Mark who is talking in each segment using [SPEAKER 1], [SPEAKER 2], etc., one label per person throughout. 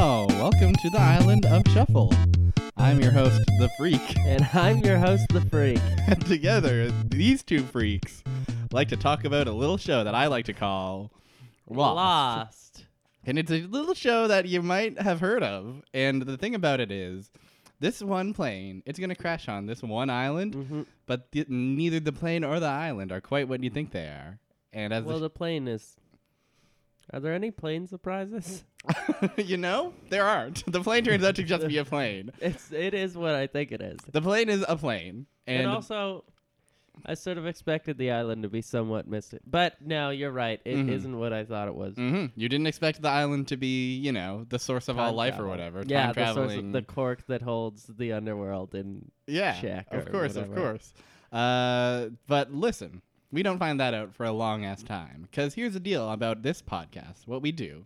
[SPEAKER 1] welcome to the island of Shuffle. I'm your host, The Freak.
[SPEAKER 2] And I'm your host, The Freak.
[SPEAKER 1] And together, these two freaks like to talk about a little show that I like to call Lost.
[SPEAKER 2] Lost.
[SPEAKER 1] And it's a little show that you might have heard of. And the thing about it is, this one plane, it's going to crash on this one island,
[SPEAKER 2] Mhm.
[SPEAKER 1] but th- neither the plane or the island are quite what you think they are. And as
[SPEAKER 2] Well,
[SPEAKER 1] the
[SPEAKER 2] the plane is. Are there any plane surprises?
[SPEAKER 1] you know, there aren't. The plane turns out to just be a plane.
[SPEAKER 2] It's it is what I think it is.
[SPEAKER 1] The plane is a plane,
[SPEAKER 2] And,
[SPEAKER 1] and
[SPEAKER 2] also, I sort of expected the island to be somewhat mystic, but no, you're right. It
[SPEAKER 1] Mhm.
[SPEAKER 2] not what I thought it was.
[SPEAKER 1] Mhm. you didn't expect the island to be, you know, the source of all
[SPEAKER 2] Time
[SPEAKER 1] life
[SPEAKER 2] travel.
[SPEAKER 1] or whatever.
[SPEAKER 2] Yeah,
[SPEAKER 1] time
[SPEAKER 2] the, source of-
[SPEAKER 1] traveling.
[SPEAKER 2] the cork that holds the underworld in
[SPEAKER 1] yeah,
[SPEAKER 2] check
[SPEAKER 1] of
[SPEAKER 2] or
[SPEAKER 1] course, of
[SPEAKER 2] whatever.
[SPEAKER 1] course. Uh, but listen, we don't find that out for a long ass time. Because here's the deal about this podcast: what we do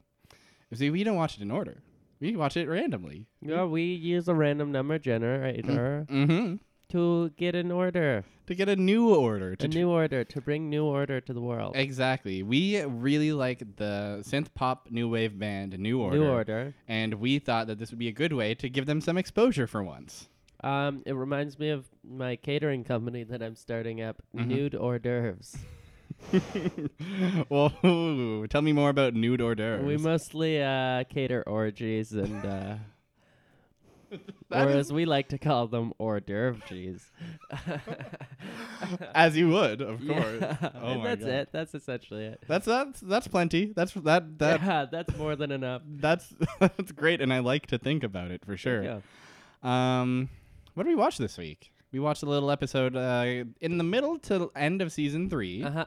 [SPEAKER 1] is we- we don't watch it in order. We watch it randomly.
[SPEAKER 2] Yeah, we use a random number
[SPEAKER 1] Mm-hmm.
[SPEAKER 2] generator
[SPEAKER 1] hmm
[SPEAKER 2] to get an order,
[SPEAKER 1] To get a new order. To
[SPEAKER 2] a new order, to bring new order to the world.
[SPEAKER 1] Exactly. We really like the synth pop new wave band New Order.
[SPEAKER 2] New order.
[SPEAKER 1] And we thought that this would be a good way to give them some exposure for once.
[SPEAKER 2] Um, it reminds me of my catering company that I'm starting up,
[SPEAKER 1] Mhm.
[SPEAKER 2] Nude Hors d'oeuvres.
[SPEAKER 1] well, ooh, tell me more about nude hors d'oeuvres.
[SPEAKER 2] We mostly uh, cater orgies and, uh,
[SPEAKER 1] That
[SPEAKER 2] or
[SPEAKER 1] is-
[SPEAKER 2] as we like to call them, hors d'oeuvres.
[SPEAKER 1] as you would, of course.
[SPEAKER 2] Yeah.
[SPEAKER 1] Oh my
[SPEAKER 2] that's
[SPEAKER 1] God.
[SPEAKER 2] it. That's essentially it.
[SPEAKER 1] That's that's that's plenty. That's that that
[SPEAKER 2] yeah, that's more than enough.
[SPEAKER 1] that's that's great, and I like to think about it for sure.
[SPEAKER 2] Yeah.
[SPEAKER 1] Um, what did we watch this week? We watched a little episode uh, in the middle to end of season 3
[SPEAKER 2] Uh huh.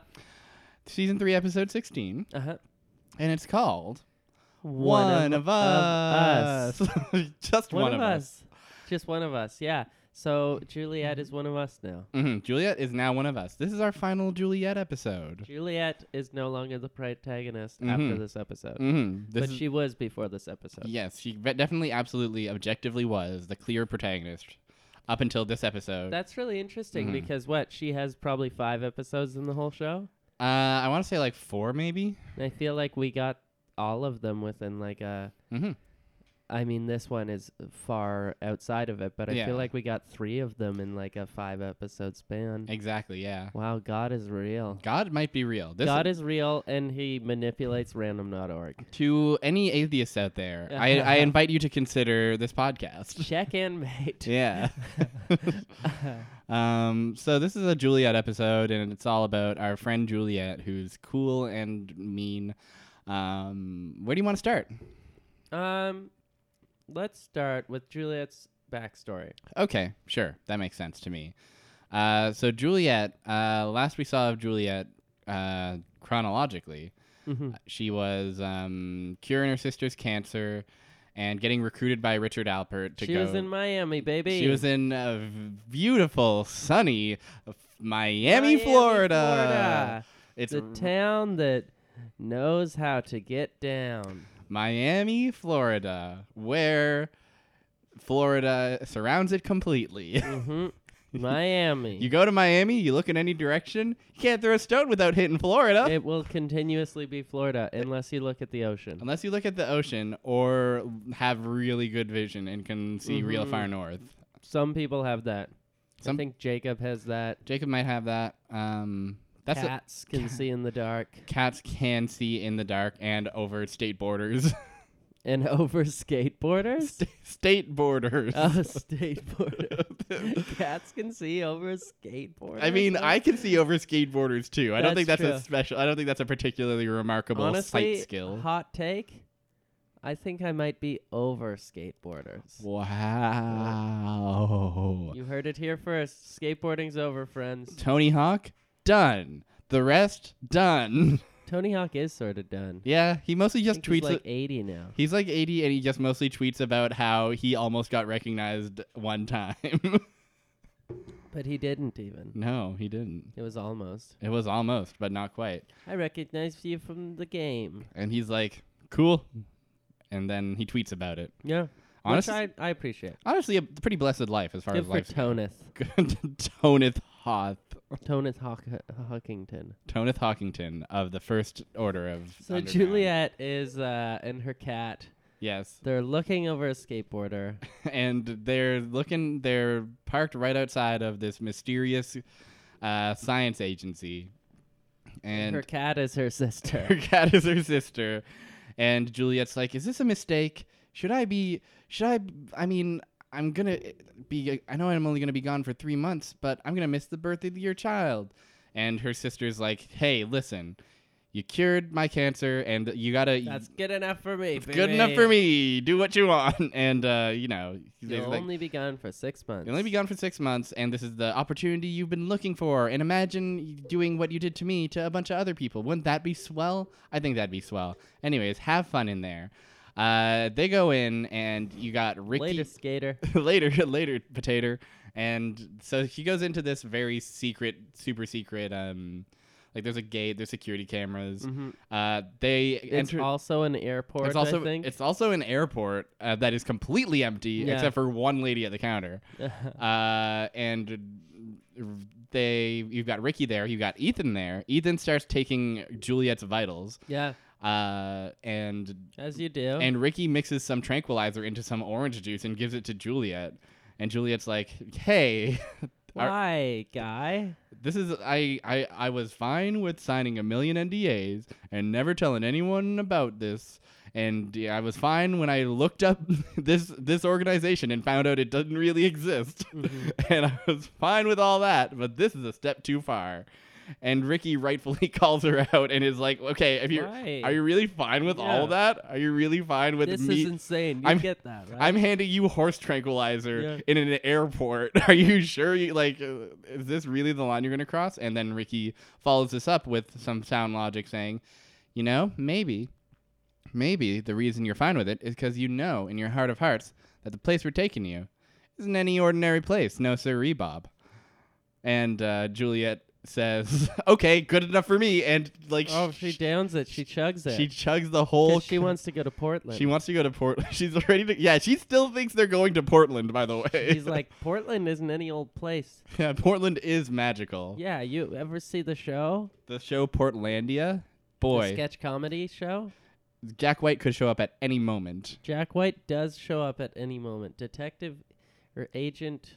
[SPEAKER 1] season three, episode sixteen,
[SPEAKER 2] Uh huh.
[SPEAKER 1] and it's called
[SPEAKER 2] One,
[SPEAKER 1] of, Us." Just
[SPEAKER 2] One, of us. Just one of us. Yeah. So
[SPEAKER 1] Mm-hmm.
[SPEAKER 2] Juliet is one of us now.
[SPEAKER 1] hmm Juliet is now one of us. This is our final Juliet episode.
[SPEAKER 2] Juliet is no longer the protagonist after
[SPEAKER 1] Mhm.
[SPEAKER 2] this episode.
[SPEAKER 1] hmm This
[SPEAKER 2] but
[SPEAKER 1] is-
[SPEAKER 2] she was before this episode.
[SPEAKER 1] Yes, she ve- definitely, absolutely, objectively was the clear protagonist up until this episode.
[SPEAKER 2] That's really interesting
[SPEAKER 1] Mhm.
[SPEAKER 2] because what she has probably five episodes in the whole show.
[SPEAKER 1] uh, I want to say like four, maybe.
[SPEAKER 2] And I feel like we got all of them within like a.
[SPEAKER 1] Mm-hmm.
[SPEAKER 2] I mean, this one is far outside of it, but I
[SPEAKER 1] Yeah.
[SPEAKER 2] feel like we got three of them in like a five episode span.
[SPEAKER 1] Exactly. Yeah.
[SPEAKER 2] Wow, God is real.
[SPEAKER 1] God might be real. This
[SPEAKER 2] God is real, and he manipulates random.org.
[SPEAKER 1] to any atheists out there, I, I invite you to consider this podcast.
[SPEAKER 2] Check in, mate.
[SPEAKER 1] Yeah. um, so this is a Juliet episode, and it's all about our friend Juliet, who's cool and mean. Um, where do you want to start?
[SPEAKER 2] Um, let's start with Juliet's backstory.
[SPEAKER 1] Okay, sure. That makes sense to me. Uh, so Juliet, uh, last we saw of Juliet uh, chronologically,
[SPEAKER 2] Mhm.
[SPEAKER 1] she was um, curing her sister's cancer and getting recruited by Richard Alpert to
[SPEAKER 2] She
[SPEAKER 1] go.
[SPEAKER 2] was in Miami, baby.
[SPEAKER 1] she was in uh, v- beautiful, sunny uh, f- Miami,
[SPEAKER 2] Miami,
[SPEAKER 1] Florida. It's
[SPEAKER 2] the town that knows how to get down.
[SPEAKER 1] Miami, Florida, where Florida surrounds it completely.
[SPEAKER 2] hmm Miami.
[SPEAKER 1] Mm-hmm. You go to Miami, you look in any direction, you can't throw a stone without hitting Florida.
[SPEAKER 2] it will continuously be Florida unless you look at the ocean.
[SPEAKER 1] Unless you look at the ocean or have really good vision and can see real
[SPEAKER 2] Mhm.
[SPEAKER 1] far north.
[SPEAKER 2] Some people have that.
[SPEAKER 1] Some-
[SPEAKER 2] I think Jacob has that.
[SPEAKER 1] Jacob might have that. Um, that's a-
[SPEAKER 2] Cats can see in the dark
[SPEAKER 1] cats can see in the dark and over state borders.
[SPEAKER 2] and over skateboarders.
[SPEAKER 1] St- state borders.
[SPEAKER 2] Oh, skateboarders. Cats can see over skateboarders.
[SPEAKER 1] I mean, I can see over skateboarders too. I don't think
[SPEAKER 2] That's
[SPEAKER 1] that's a
[SPEAKER 2] true.
[SPEAKER 1] special. I don't think that's a particularly remarkable
[SPEAKER 2] honestly
[SPEAKER 1] sight skill.
[SPEAKER 2] hot take. I think I might be over skateboarders.
[SPEAKER 1] Wow.
[SPEAKER 2] You heard it here first. Skateboarding's over, friends.
[SPEAKER 1] Tony Hawk, done. The rest, done.
[SPEAKER 2] Tony Hawk is sort of done.
[SPEAKER 1] yeah, he mostly
[SPEAKER 2] I
[SPEAKER 1] just
[SPEAKER 2] think he's
[SPEAKER 1] tweets.
[SPEAKER 2] like 80 now.
[SPEAKER 1] He's like 80 and he just mostly tweets about how he almost got recognized one time.
[SPEAKER 2] But he didn't even.
[SPEAKER 1] no, he didn't.
[SPEAKER 2] It was almost.
[SPEAKER 1] It was almost, but not quite.
[SPEAKER 2] I recognized you from the game.
[SPEAKER 1] And he's like, cool. And then he tweets about it.
[SPEAKER 2] Yeah.
[SPEAKER 1] Honestly,
[SPEAKER 2] Which I, I appreciate.
[SPEAKER 1] honestly, a pretty blessed life as far
[SPEAKER 2] Good
[SPEAKER 1] as
[SPEAKER 2] for
[SPEAKER 1] life's
[SPEAKER 2] Toneth.
[SPEAKER 1] Good. Toneth Hoth.
[SPEAKER 2] Toneth Hawk- Hawkington.
[SPEAKER 1] Toneth Hawkington of the First Order of.
[SPEAKER 2] So
[SPEAKER 1] Underground.
[SPEAKER 2] Juliet is, uh, and her cat
[SPEAKER 1] Yes.
[SPEAKER 2] They're looking over a skateboarder.
[SPEAKER 1] and they're looking they're parked right outside of this mysterious uh, science agency and
[SPEAKER 2] her cat is her
[SPEAKER 1] her
[SPEAKER 2] sister.
[SPEAKER 1] cat is her sister and juliet's like is this a mistake should i be should i b- i mean i'm gonna be i know i'm only gonna be gone for three months but i'm gonna miss the birth of your child and her sister's like hey listen you cured my cancer and you gotta
[SPEAKER 2] That's good enough for me.
[SPEAKER 1] it's good enough for me do what you want and uh, you know
[SPEAKER 2] You'll
[SPEAKER 1] there's, like-
[SPEAKER 2] only be gone for six months.
[SPEAKER 1] You've only been gone for six months, and this is the opportunity you've been looking for. And imagine y- doing what you did to me to a bunch of other people. Wouldn't that be swell? I think that'd be swell. Anyways, have fun in there. Uh, they go in, and you got Ricky
[SPEAKER 2] Later, skater.
[SPEAKER 1] later, later, potato. And so he goes into this very secret, super secret. Um, like there's a gate, there's security cameras.
[SPEAKER 2] Mhm.
[SPEAKER 1] Uh, they
[SPEAKER 2] It's
[SPEAKER 1] enter.
[SPEAKER 2] also an airport.
[SPEAKER 1] it's also
[SPEAKER 2] I think.
[SPEAKER 1] it's also an airport uh, that is completely empty
[SPEAKER 2] Yeah.
[SPEAKER 1] except for one lady at the counter uh, and they you've got Ricky there, you've got Ethan there. Ethan starts taking Juliet's vitals,
[SPEAKER 2] yeah,
[SPEAKER 1] uh, and
[SPEAKER 2] as you do.
[SPEAKER 1] and Ricky mixes some tranquilizer into some orange juice and gives it to Juliet, and Juliet's like, "Hey." our-
[SPEAKER 2] Why, guy?
[SPEAKER 1] This is I, I I was fine with signing a million NDAs and never telling anyone about this. And yeah, I was fine when I looked up this this organization and found out it doesn't really exist. and I was fine with all that, but this is a step too far. And Ricky rightfully calls her out and is like, "Okay, if you
[SPEAKER 2] Why?
[SPEAKER 1] are you really fine with all
[SPEAKER 2] Yeah.
[SPEAKER 1] that? Are you really fine with
[SPEAKER 2] This
[SPEAKER 1] me?"
[SPEAKER 2] is insane. You
[SPEAKER 1] I'm-
[SPEAKER 2] get that, right?
[SPEAKER 1] I'm handing you horse tranquilizer
[SPEAKER 2] Yeah.
[SPEAKER 1] in an airport. Are you sure? You, like, uh, is this really the line you're going to cross? And then Ricky follows this up with some sound logic saying, you know, maybe, maybe the reason you're fine with it is because you know in your heart of hearts that the place we're taking you isn't any ordinary place. No, sir, Bob. And uh, Juliet says, okay, good enough for me. And like,
[SPEAKER 2] oh, she downs it. She chugs it.
[SPEAKER 1] she chugs the
[SPEAKER 2] 'Cause
[SPEAKER 1] whole.
[SPEAKER 2] she wants to go to Portland.
[SPEAKER 1] She wants to go to Portland. She's ready to. Yeah, she still thinks they're going to Portland. By the way,
[SPEAKER 2] He's like, Portland isn't any old place.
[SPEAKER 1] yeah, Portland is magical.
[SPEAKER 2] Yeah, you ever see the show?
[SPEAKER 1] The show Portlandia,
[SPEAKER 2] The
[SPEAKER 1] boy,
[SPEAKER 2] sketch comedy show?
[SPEAKER 1] Jack White could show up at any moment.
[SPEAKER 2] Jack White does show up at any moment. Detective or agent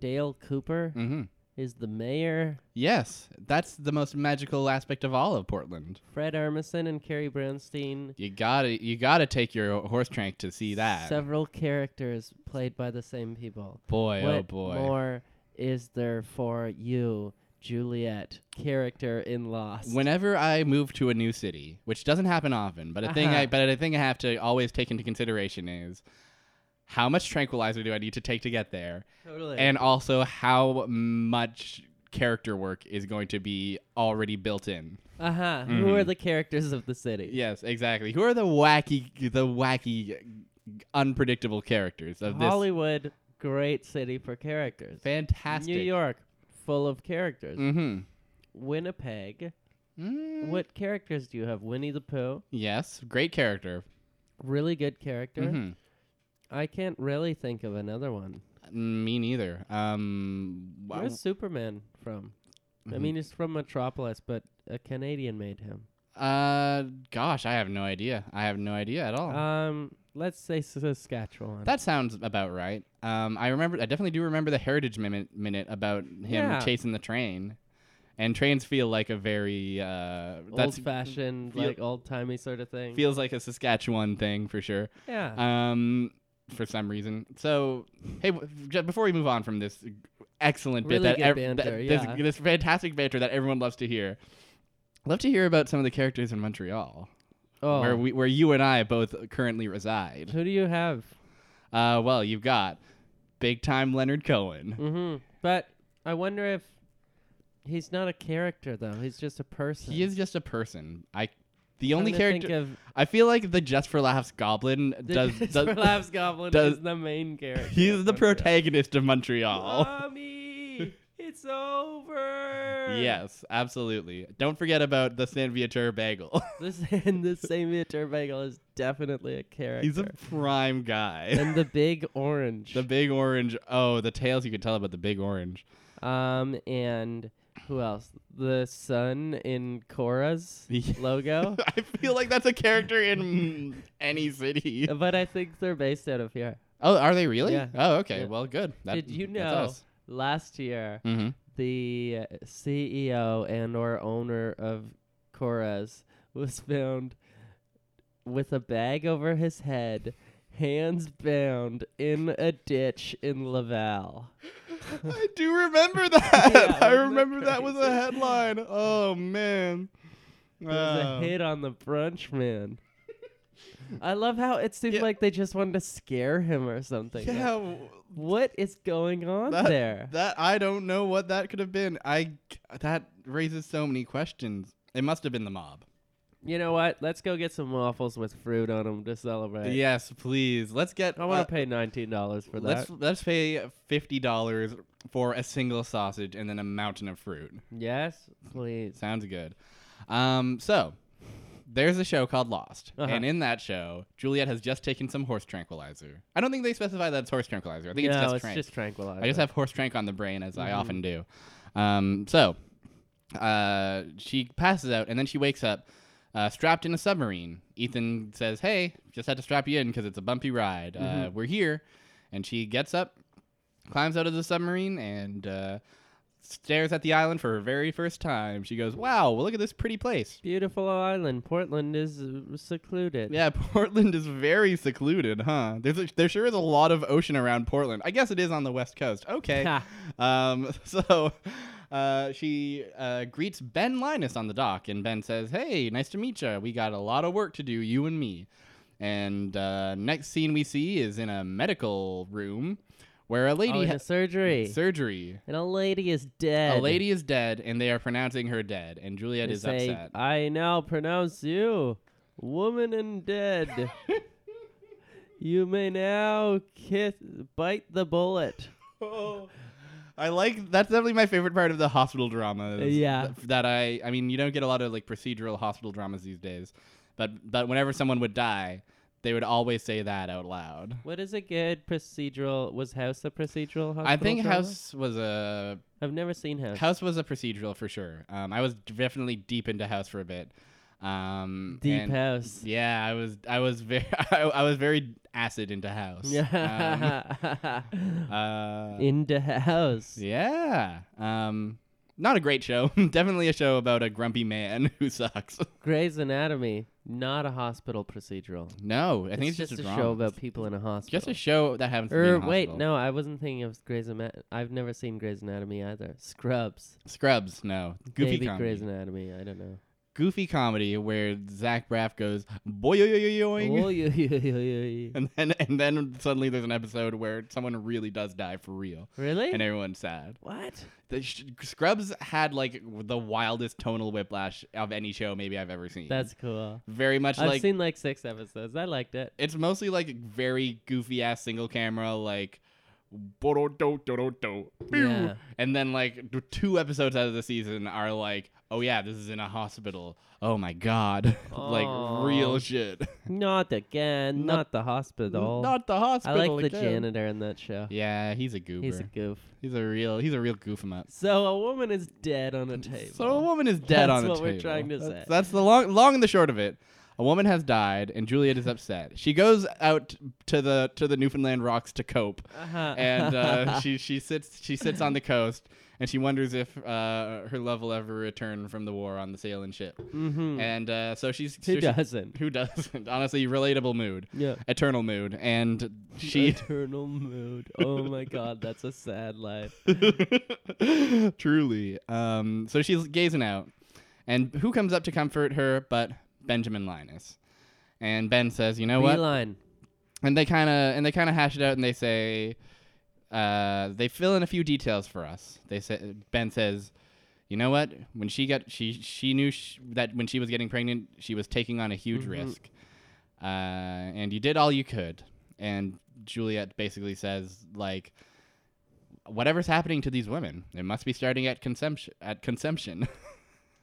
[SPEAKER 2] Dale Cooper
[SPEAKER 1] hmm
[SPEAKER 2] is the mayor.
[SPEAKER 1] Yes, that's the most magical aspect of all of Portland.
[SPEAKER 2] Fred Armisen and Carrie Brownstein.
[SPEAKER 1] You gotta, you gotta take your horse trank to see that.
[SPEAKER 2] Several characters played by the same people.
[SPEAKER 1] boy,
[SPEAKER 2] what
[SPEAKER 1] oh boy.
[SPEAKER 2] more is there for you, Juliet, character in Lost?
[SPEAKER 1] Whenever I move to a new city, which doesn't happen often, but a thing I
[SPEAKER 2] Uh-huh.
[SPEAKER 1] but a thing I have to always take into consideration is how much tranquilizer do I need to take to get there?
[SPEAKER 2] totally.
[SPEAKER 1] and also how much character work is going to be already built in.
[SPEAKER 2] uh huh.
[SPEAKER 1] Mm-hmm.
[SPEAKER 2] Who are the characters of the city?
[SPEAKER 1] Yes, exactly. Who are the wacky, the wacky, unpredictable characters of this
[SPEAKER 2] Hollywood, great city for characters.
[SPEAKER 1] fantastic
[SPEAKER 2] New York, full of characters.
[SPEAKER 1] Mm-hmm.
[SPEAKER 2] Winnipeg.
[SPEAKER 1] Mm.
[SPEAKER 2] What characters do you have? Winnie the Pooh,
[SPEAKER 1] Yes, great character.
[SPEAKER 2] really good character.
[SPEAKER 1] hmm
[SPEAKER 2] I can't really think of another one.
[SPEAKER 1] Mm-hmm. Me neither. Um, wow.
[SPEAKER 2] Where's Superman from?
[SPEAKER 1] Mm-hmm.
[SPEAKER 2] I mean, he's from Metropolis, but a Canadian made him.
[SPEAKER 1] uh, gosh, I have no idea. I have no idea at all.
[SPEAKER 2] Um, let's say Saskatchewan.
[SPEAKER 1] Oh. That sounds about right. Um, I remember. I definitely do remember the Heritage Minute, minute about him
[SPEAKER 2] Yeah.
[SPEAKER 1] chasing the train, and trains feel like a very uh,
[SPEAKER 2] old
[SPEAKER 1] that's
[SPEAKER 2] fashioned,
[SPEAKER 1] feel-
[SPEAKER 2] like old timey sort of thing.
[SPEAKER 1] feels like a Saskatchewan thing for sure.
[SPEAKER 2] yeah.
[SPEAKER 1] Um, for some reason. So, hey, w- just before we move on from this excellent
[SPEAKER 2] Really
[SPEAKER 1] bit that,
[SPEAKER 2] good
[SPEAKER 1] ev-
[SPEAKER 2] banter,
[SPEAKER 1] that-
[SPEAKER 2] yeah.
[SPEAKER 1] this, this fantastic banter that everyone loves to hear, love to hear about some of the characters in Montreal,
[SPEAKER 2] oh,
[SPEAKER 1] where we, where you and I both currently reside.
[SPEAKER 2] who do you have?
[SPEAKER 1] Uh, well, you've got big time Leonard Cohen.
[SPEAKER 2] hmm But I wonder if he's not a character though. He's just a person.
[SPEAKER 1] He is just a person. I the
[SPEAKER 2] I'm
[SPEAKER 1] only
[SPEAKER 2] trying to
[SPEAKER 1] character
[SPEAKER 2] Think of
[SPEAKER 1] I feel like the Just for Laughs Goblin
[SPEAKER 2] the
[SPEAKER 1] does,
[SPEAKER 2] Just
[SPEAKER 1] does
[SPEAKER 2] for Laughs Goblin
[SPEAKER 1] does-
[SPEAKER 2] is the main character.
[SPEAKER 1] He's
[SPEAKER 2] of
[SPEAKER 1] the
[SPEAKER 2] Montreal.
[SPEAKER 1] protagonist of Montreal.
[SPEAKER 2] Mommy, it's over.
[SPEAKER 1] Yes, absolutely. Don't forget about the San Vietor bagel.
[SPEAKER 2] This and the Samia Turbagel is definitely a character.
[SPEAKER 1] He's a prime guy.
[SPEAKER 2] and the big orange.
[SPEAKER 1] The big orange. Oh, the tales you could tell about the big orange.
[SPEAKER 2] um and Who else? The sun in Cora's
[SPEAKER 1] Yeah.
[SPEAKER 2] logo.
[SPEAKER 1] I feel like that's a character in any city.
[SPEAKER 2] but I think they're based out of here.
[SPEAKER 1] Oh, are they really?
[SPEAKER 2] Yeah.
[SPEAKER 1] Oh, okay.
[SPEAKER 2] Yeah.
[SPEAKER 1] Well, good. That-
[SPEAKER 2] Did you
[SPEAKER 1] that's
[SPEAKER 2] know
[SPEAKER 1] us.
[SPEAKER 2] last year
[SPEAKER 1] Mhm.
[SPEAKER 2] the uh, CEO and or owner of Cora's was found with a bag over his head, hands bound in a ditch in Laval.
[SPEAKER 1] I do remember that.
[SPEAKER 2] Yeah,
[SPEAKER 1] I
[SPEAKER 2] wasn't that
[SPEAKER 1] remember that was a
[SPEAKER 2] crazy?
[SPEAKER 1] headline. Oh man.
[SPEAKER 2] It was
[SPEAKER 1] Oh.
[SPEAKER 2] a hit on the brunch man. I love how it seemed
[SPEAKER 1] Yeah.
[SPEAKER 2] like they just wanted to scare him or something. Like,
[SPEAKER 1] Yeah, w-
[SPEAKER 2] what is going on
[SPEAKER 1] That-
[SPEAKER 2] there?
[SPEAKER 1] that I don't know what that could have been. I that raises so many questions. It must have been the mob.
[SPEAKER 2] You know what? Let's go get some waffles with fruit on them to celebrate.
[SPEAKER 1] Yes, please. Let's get.
[SPEAKER 2] I want
[SPEAKER 1] uh,
[SPEAKER 2] to pay nineteen dollars for that.
[SPEAKER 1] Let's let's pay fifty dollars for a single sausage and then a mountain of fruit.
[SPEAKER 2] yes, please.
[SPEAKER 1] Sounds good. Um, so there's a show called Lost,
[SPEAKER 2] Uh-huh.
[SPEAKER 1] and in that show, Juliet has just taken some horse tranquilizer. I don't think they specify that it's horse tranquilizer. I think it's
[SPEAKER 2] no,
[SPEAKER 1] just
[SPEAKER 2] it's
[SPEAKER 1] tranq.
[SPEAKER 2] just tranquilizer.
[SPEAKER 1] I just have horse trank on the brain as I often do. Um, so uh, she passes out, and then she wakes up. Uh, strapped in a submarine, Ethan says, "Hey, just had to strap you in because it's a bumpy ride. Uh, we're here," and she gets up, climbs out of the submarine, and uh, stares at the island for her very first time. She goes, "Wow, well, look at this pretty place.
[SPEAKER 2] beautiful island. Portland is uh, secluded.
[SPEAKER 1] Yeah, Portland is very secluded, huh? There's a, there sure is a lot of ocean around Portland. I guess it is on the west coast. Okay.
[SPEAKER 2] Ha.
[SPEAKER 1] um, so uh, she uh, greets Ben Linus on the dock, and Ben says, "Hey, nice to meet you. We got a lot of work to do, you and me." And uh, next scene we see is in a medical room where a
[SPEAKER 2] Oh,
[SPEAKER 1] lady
[SPEAKER 2] in a
[SPEAKER 1] has
[SPEAKER 2] surgery,
[SPEAKER 1] surgery.
[SPEAKER 2] and a lady is dead.
[SPEAKER 1] A lady is dead, and they are pronouncing her dead, and Juliet
[SPEAKER 2] They
[SPEAKER 1] is
[SPEAKER 2] say,
[SPEAKER 1] upset.
[SPEAKER 2] I now pronounce you woman and dead. you may now kiss, bite the bullet.
[SPEAKER 1] I like that's definitely my favorite part of the hospital dramas.
[SPEAKER 2] Uh, Yeah.
[SPEAKER 1] th- that I I mean you don't get a lot of like procedural hospital dramas these days, but but whenever someone would die, they would always say that out loud.
[SPEAKER 2] What is a good procedural? Was House a procedural? Hospital
[SPEAKER 1] I think
[SPEAKER 2] drama?
[SPEAKER 1] House was a
[SPEAKER 2] I've never seen House.
[SPEAKER 1] House was a procedural for sure. Um, I was definitely deep into House for a bit. Um,
[SPEAKER 2] Deep
[SPEAKER 1] and-
[SPEAKER 2] House.
[SPEAKER 1] Yeah, I was I was very I, I was very acid into House. Um,
[SPEAKER 2] Yeah.
[SPEAKER 1] uh,
[SPEAKER 2] Into House.
[SPEAKER 1] Yeah. Um, not a great show. Definitely a show about a grumpy man who sucks.
[SPEAKER 2] Grey's Anatomy. Not a hospital procedural.
[SPEAKER 1] no, I think it's,
[SPEAKER 2] just, a
[SPEAKER 1] drama.
[SPEAKER 2] show about people in a hospital.
[SPEAKER 1] just a show that happens. to be in
[SPEAKER 2] Or
[SPEAKER 1] a
[SPEAKER 2] wait,
[SPEAKER 1] hospital.
[SPEAKER 2] no, I wasn't thinking of Grey's Anatomy. I've never seen Grey's Anatomy either. Scrubs.
[SPEAKER 1] Scrubs. No, goofy
[SPEAKER 2] Maybe
[SPEAKER 1] comedy.
[SPEAKER 2] Grey's Anatomy. I don't know.
[SPEAKER 1] Goofy comedy where Zach Braff goes boing,
[SPEAKER 2] Oh, yeah, yeah, yeah, yeah, yeah.
[SPEAKER 1] and then and then suddenly there's an episode where someone really does die for real,
[SPEAKER 2] Really?
[SPEAKER 1] and everyone's sad.
[SPEAKER 2] what?
[SPEAKER 1] The sh- Scrubs had like the wildest tonal whiplash of any show maybe I've ever seen.
[SPEAKER 2] That's cool.
[SPEAKER 1] very much
[SPEAKER 2] I've
[SPEAKER 1] like
[SPEAKER 2] seen like six episodes. I liked it.
[SPEAKER 1] It's mostly like very goofy ass single camera, like "Bo-do-do-do-do-do, pew."
[SPEAKER 2] Yeah.
[SPEAKER 1] and then like d- two episodes out of the season are like, oh yeah, this is in a hospital. Oh my god, like real
[SPEAKER 2] Aw.
[SPEAKER 1] shit.
[SPEAKER 2] Not again.
[SPEAKER 1] Not-
[SPEAKER 2] Not, the hospital.
[SPEAKER 1] Not the
[SPEAKER 2] I
[SPEAKER 1] hospital.
[SPEAKER 2] like the
[SPEAKER 1] again.
[SPEAKER 2] janitor in that show.
[SPEAKER 1] Yeah, he's a goober.
[SPEAKER 2] He's a goof.
[SPEAKER 1] He's a real. He's a real goof em up.
[SPEAKER 2] So a woman is dead on a table.
[SPEAKER 1] So a woman is dead
[SPEAKER 2] That's
[SPEAKER 1] on a
[SPEAKER 2] what
[SPEAKER 1] table.
[SPEAKER 2] we're trying to
[SPEAKER 1] That's-
[SPEAKER 2] say.
[SPEAKER 1] That's the long, long and the short of it. A woman has died, and Juliet is upset. She goes out to the to the Newfoundland rocks to cope,
[SPEAKER 2] Uh-huh.
[SPEAKER 1] and uh, she she sits she sits on the coast and she wonders if uh, her love will ever return from the war on the sailing ship.
[SPEAKER 2] Mhm.
[SPEAKER 1] And uh, so she's so
[SPEAKER 2] Who
[SPEAKER 1] she-
[SPEAKER 2] doesn't?
[SPEAKER 1] who doesn't honestly relatable mood,
[SPEAKER 2] Yeah.
[SPEAKER 1] eternal mood, and she.
[SPEAKER 2] Eternal mood. Oh my god, that's a sad life.
[SPEAKER 1] Truly. Um, so she's gazing out, and who comes up to comfort her but Benjamin Linus? And Ben says, "You know what?
[SPEAKER 2] Beeline.
[SPEAKER 1] and they kind of and they kind of hash it out and they say uh, they fill in a few details for us they say ben says you know what when she got she she knew sh- that when she was getting pregnant she was taking on a huge
[SPEAKER 2] Mhm.
[SPEAKER 1] risk uh, and you did all you could and juliet basically says like whatever's happening to these women it must be starting at consumption at consumption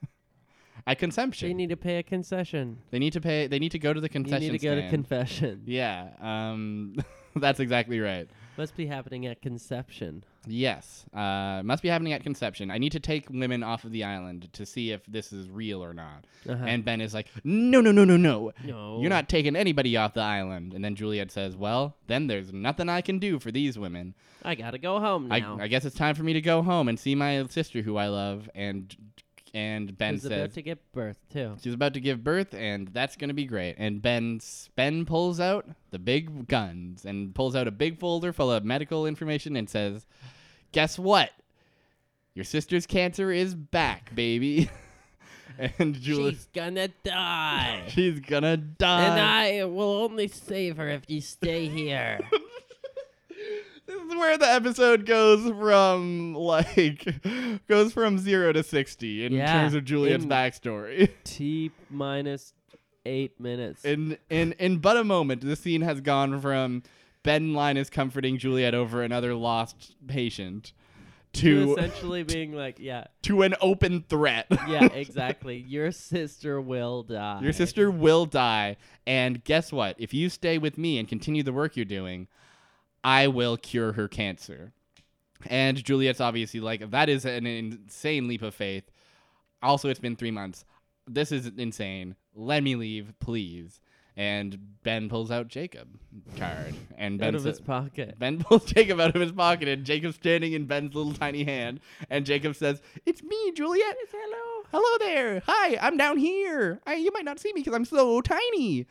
[SPEAKER 1] at consumption
[SPEAKER 2] They need to pay a concession.
[SPEAKER 1] they need to pay they need to go to the
[SPEAKER 2] You
[SPEAKER 1] concession
[SPEAKER 2] need to go to
[SPEAKER 1] stand.
[SPEAKER 2] confession.
[SPEAKER 1] Yeah, um, that's exactly right.
[SPEAKER 2] Must be happening at conception.
[SPEAKER 1] Yes, uh, must be happening at conception. I need to take women off of the island to see if this is real or not.
[SPEAKER 2] Uh-huh.
[SPEAKER 1] And Ben is like, no, no, no, no, no.
[SPEAKER 2] no,
[SPEAKER 1] You're not taking anybody off the island. And then Juliet says, well, then there's nothing I can do for these women.
[SPEAKER 2] I gotta go home
[SPEAKER 1] I,
[SPEAKER 2] now.
[SPEAKER 1] I guess it's time for me to go home and see my sister who I love. And and Ben
[SPEAKER 2] He's
[SPEAKER 1] says
[SPEAKER 2] about to get birth too.
[SPEAKER 1] she's about to give birth, and that's gonna be great. And Ben s- Ben pulls out the big guns and pulls out a big folder full of medical information and says, "Guess what? Your sister's cancer is back, baby." and Julie,
[SPEAKER 2] She's gonna die.
[SPEAKER 1] she's gonna die.
[SPEAKER 2] and I will only save her if you stay here.
[SPEAKER 1] This is where the episode goes from like goes from zero to sixty in
[SPEAKER 2] Yeah,
[SPEAKER 1] terms of Juliet's
[SPEAKER 2] in-
[SPEAKER 1] backstory.
[SPEAKER 2] T minus eight minutes.
[SPEAKER 1] In in in but a moment, the scene has gone from Ben Linus comforting Juliet over another lost patient to
[SPEAKER 2] You essentially being like, yeah,
[SPEAKER 1] to an open threat.
[SPEAKER 2] yeah, exactly. Your sister will die.
[SPEAKER 1] Your sister will die, and guess what? If you stay with me and continue the work you're doing, I will cure her cancer. And Juliet's obviously like, that is an insane leap of faith. Also, it's been three months. This is insane. Let me leave, please. And Ben pulls out Jacob card, and
[SPEAKER 2] out
[SPEAKER 1] Ben
[SPEAKER 2] of his
[SPEAKER 1] says,
[SPEAKER 2] pocket.
[SPEAKER 1] Ben pulls Jacob out of his pocket, and Jacob's standing in Ben's little tiny hand. And Jacob says, "It's me, Juliet. It's hello, hello there. Hi, I'm down here. I, you might not see me because I'm so tiny,